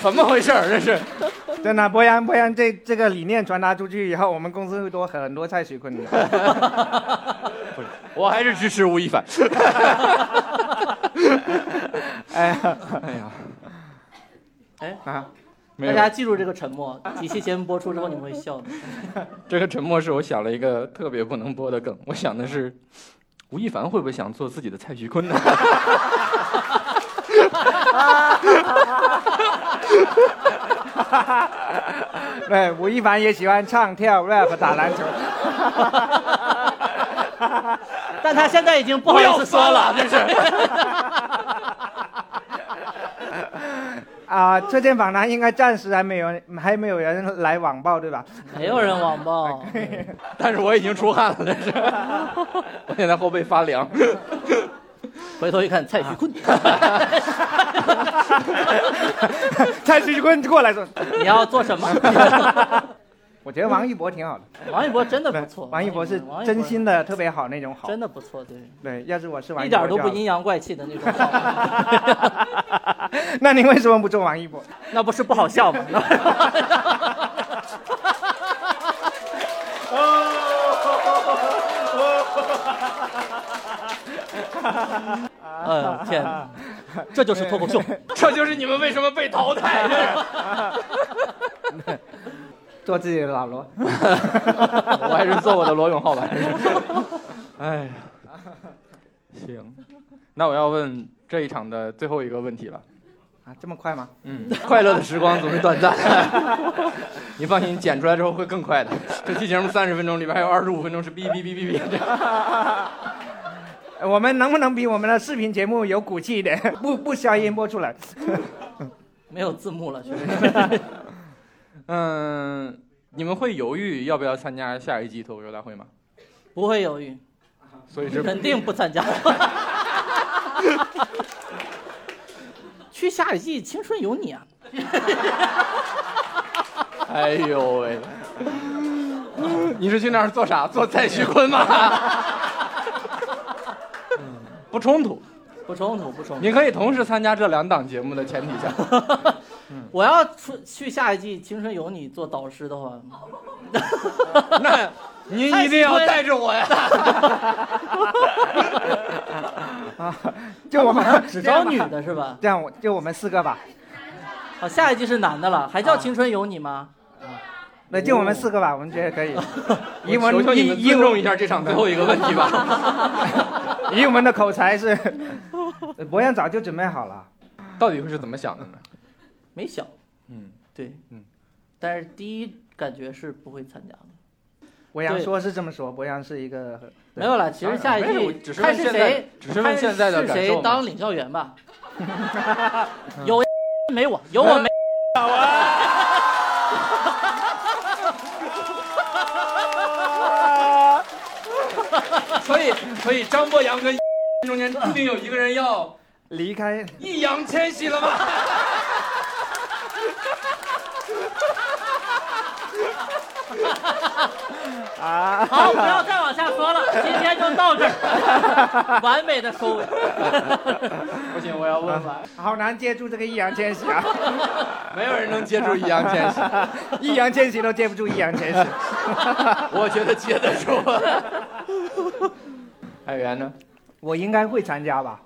S2: 怎么回事儿？这是
S3: 真的，博洋，博洋这这个理念传达出去以后，我们公司会多很多蔡徐坤的。 [LAUGHS]
S2: 我还是支持吴亦凡。
S3: 哎呀，
S2: [LAUGHS] 哎呀，
S3: 啊，
S2: 没
S5: 大
S2: 有，
S5: 家记住这个沉默，几期节目播出之后你们会笑的。
S2: 这个沉默是我想了一个特别不能播的梗。我想的是，吴亦凡会不会想做自己的蔡徐 [LAUGHS] 坤呢？
S3: 对，吴亦凡也喜欢唱跳、rap、打篮球。 [LAUGHS]
S5: 但他现在已经不好
S2: 不
S5: 意
S2: 要
S5: 思
S2: 说
S5: 说
S2: 了，
S5: 了。
S2: 这是。
S3: 啊，车间访谈应该暂时还没有人，还没有人来网暴，对吧？ [LAUGHS]
S5: 没有人网暴，
S2: 但是我已经出汗了，这是。我现在后背发凉。
S5: 回头一看蔡徐坤，
S3: 蔡徐坤过来说，
S5: 你要做什么？
S3: 我觉得王一博挺好的，
S5: 王一博真的不错，
S3: 王一博是
S5: 王
S3: 真心的特别好那种好。
S5: 真的不错，对，
S3: 对，要是我是王
S5: 一
S3: 一博
S5: 点儿都
S3: 就
S5: 不
S3: 好
S5: 阴阳怪气的那种好。
S3: [LAUGHS] 那你为什么不做王一博？
S5: [LAUGHS] 那不是不好笑吗？ [LAUGHS] [LAUGHS] 嗯，天哪，这就是脱
S3: [LAUGHS]
S5: 口秀。
S2: [LAUGHS] 这就是你们为什么被淘汰的。
S3: 做自己的老罗。
S2: [LAUGHS] 我还是做我的罗永浩吧。 [LAUGHS] 哎呀，行，那我要问这一场的最后一个问题了。
S3: 啊，这么快吗？ [LAUGHS]
S2: 嗯，快乐的时光总是短暂， [LAUGHS] 你放心，剪出来之后会更快的。这期节目三十分钟，里边还有二十五分钟是哔哔哔哔哔。
S3: 呃我们能不能比我们的视频节目有骨气一点？ [LAUGHS] 不不消音波出来。 [LAUGHS]
S5: 没有字幕了，确实。
S2: 嗯，你们会犹豫要不要参加下一季脱口秀大会吗？
S5: 不会犹豫，
S2: 所以是
S5: 肯定不参加。 [LAUGHS] 去下一季《青春有你》啊！
S2: 哎呦喂！你是去那儿做啥？做蔡徐坤吗？ [LAUGHS] 不冲突，
S5: 不冲突，不冲突。
S2: 你可以同时参加这两档节目的前提 [LAUGHS] 下，
S5: [LAUGHS] 我要出去下一季《青春有你》做导师的话，
S2: [LAUGHS] 那您一定要带着我 [LAUGHS] 呀！
S3: 啊，就我们
S5: [LAUGHS] 只招女的是吧？
S3: 这样，我就我们四个吧。
S5: 好，下一季是男的了，还叫
S2: 啊
S5: 《青春有你》吗？
S3: 那就我们四个吧，我们觉得可以。以我
S2: 我求求
S3: 们
S2: 你们
S3: 以以
S2: 尊
S3: 我
S2: 重一下这场最后一个问题吧。
S3: 以我们的口才是， [LAUGHS] 博洋早就准备好了。
S2: [LAUGHS] 到底会是怎么想的呢？
S5: 没想，
S2: 嗯，
S5: 对，
S2: 嗯，
S5: 但是第一感觉是不会参加的。
S3: 博洋
S5: 对
S3: 说是这么说，博洋是一个
S5: [LAUGHS]
S3: 对
S5: 没有了，其实下一
S2: 没事我
S5: 季
S2: 只是
S5: 看
S2: 问
S5: 是
S2: 现在
S5: 谁，
S2: 只是问现在的
S5: 看
S2: 感
S5: 是
S2: 受
S5: 谁
S2: 嘛嗯
S5: 当领教员吧。有没我，有我没。
S2: [LAUGHS] 所以，所以张博洋跟 [LAUGHS] 中间注定有一个人要
S3: 离开
S2: 易烊千玺了吗？
S3: 啊。
S5: 好，不要再往下说了，今天就到
S2: [LAUGHS]
S5: 这儿，完美的收尾。
S2: [LAUGHS] 不行，我要问
S3: 啊 [LAUGHS] 好难接住这个易烊千
S5: [LAUGHS]
S3: 玺啊！
S2: 没有人能接住易烊千玺，
S3: 易烊千玺都接不住易烊千
S5: [LAUGHS]
S3: 玺。
S2: [LAUGHS] 我觉得接得啊
S3: [LAUGHS]
S2: 住。海源呢？
S3: 我应该会参加吧，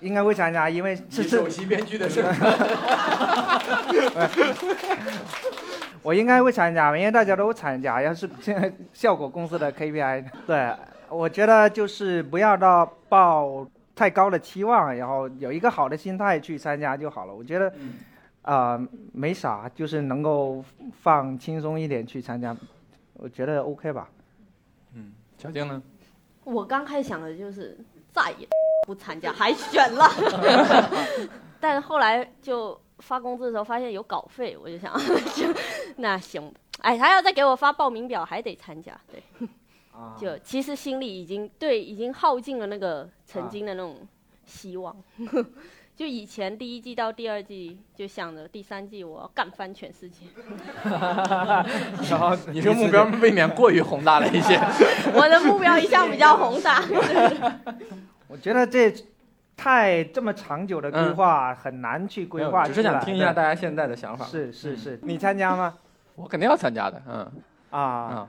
S3: 应该会参加，因为
S2: 是
S3: 是是
S2: 首，席编剧的身
S3: [LAUGHS]
S2: 份。
S3: 我应该会参加，因为大家都参加，要是现在效果公司的 KPI，对，我觉得就是不要到抱太高的期望，然后有一个好的心态去参加就好了。我觉得，
S2: 嗯
S3: 啊、没啥，就是能够放轻松一点去参加，我觉得 OK 吧。
S2: 嗯，小静
S3: [LAUGHS]
S2: 呢？
S4: 我刚开始想的就是再也不参加，还
S2: [LAUGHS]
S4: 选了，但后来就发工资的时候发现有稿费，我就想， [LAUGHS] 就那行，哎，他要再给我发报名表，还得参加，对，
S3: 啊
S4: 就其实心里已经对已经耗尽了那个曾经的那种希望， [LAUGHS] 就以前第一季到第二季就想着第三季我要干翻全世界， [LAUGHS]
S3: 然后
S2: 你这个目标未免过于宏大了一些。
S4: 我的目标一向比较宏大，
S3: [LAUGHS] 我觉得这太这么长久的规划、很难去 [LAUGHS] 规划出
S2: 嗯只
S3: 来，
S2: 是想听一
S3: 对
S2: 下大家现在的想法。
S3: 是是是，你参加吗？
S2: 我肯定要参加的，嗯
S3: 啊，
S2: 啊，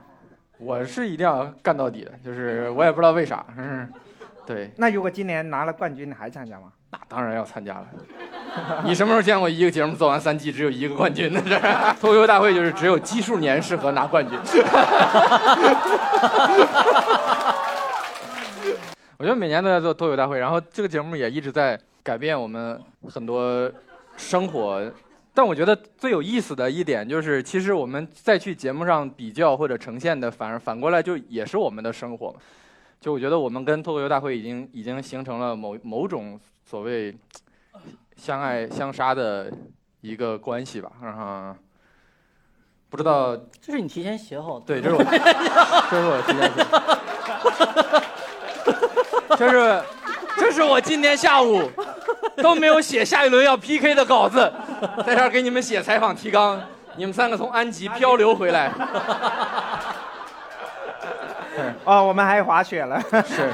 S2: 我是一定要干到底的，就是我也不知道为啥，嗯，对，
S3: 那如果今年拿了冠军，你还参加吗？
S2: 那当然要参加了。你什么时候见过一个节目做完三季只有一个冠军的？这 [LAUGHS] 脱口秀大会就是只有奇数年适合拿冠军。 [LAUGHS] 我觉得每年都在做脱口大会，然后这个节目也一直在改变我们很多生活。但我觉得最有意思的一点就是，其实我们再去节目上比较或者呈现的，反而反过来就也是我们的生活嘛。就我觉得我们跟脱口秀大会已经已经形成了某某种所谓相爱相杀的一个关系吧。嗯，不知道，
S5: 这是你提前写好的，
S2: 对，这是我，这是我提前写的，就是。就是这是我今天下午都没有写下一轮要 PK 的稿子，在这儿给你们写采访提纲。你们三个从安吉漂流回来，
S3: 哦，我们还滑雪了，
S2: 是。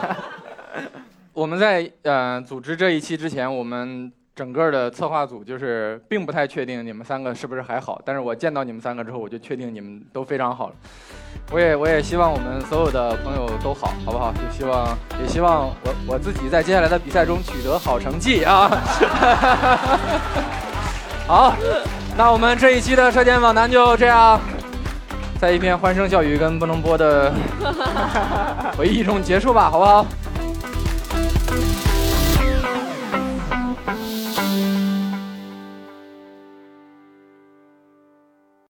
S2: 我们在呃组织这一期之前，我们整个的策划组就是并不太确定你们三个是不是还好，但是我见到你们三个之后，我就确定你们都非常好了。我也我也希望我们所有的朋友都好，好不好？也希望也希望我我自己在接下来的比赛中取得好成绩啊！ [LAUGHS] 好，那我们这一期的射箭访谈就这样，在一片欢声笑语跟不能播的回忆中结束吧，好不好？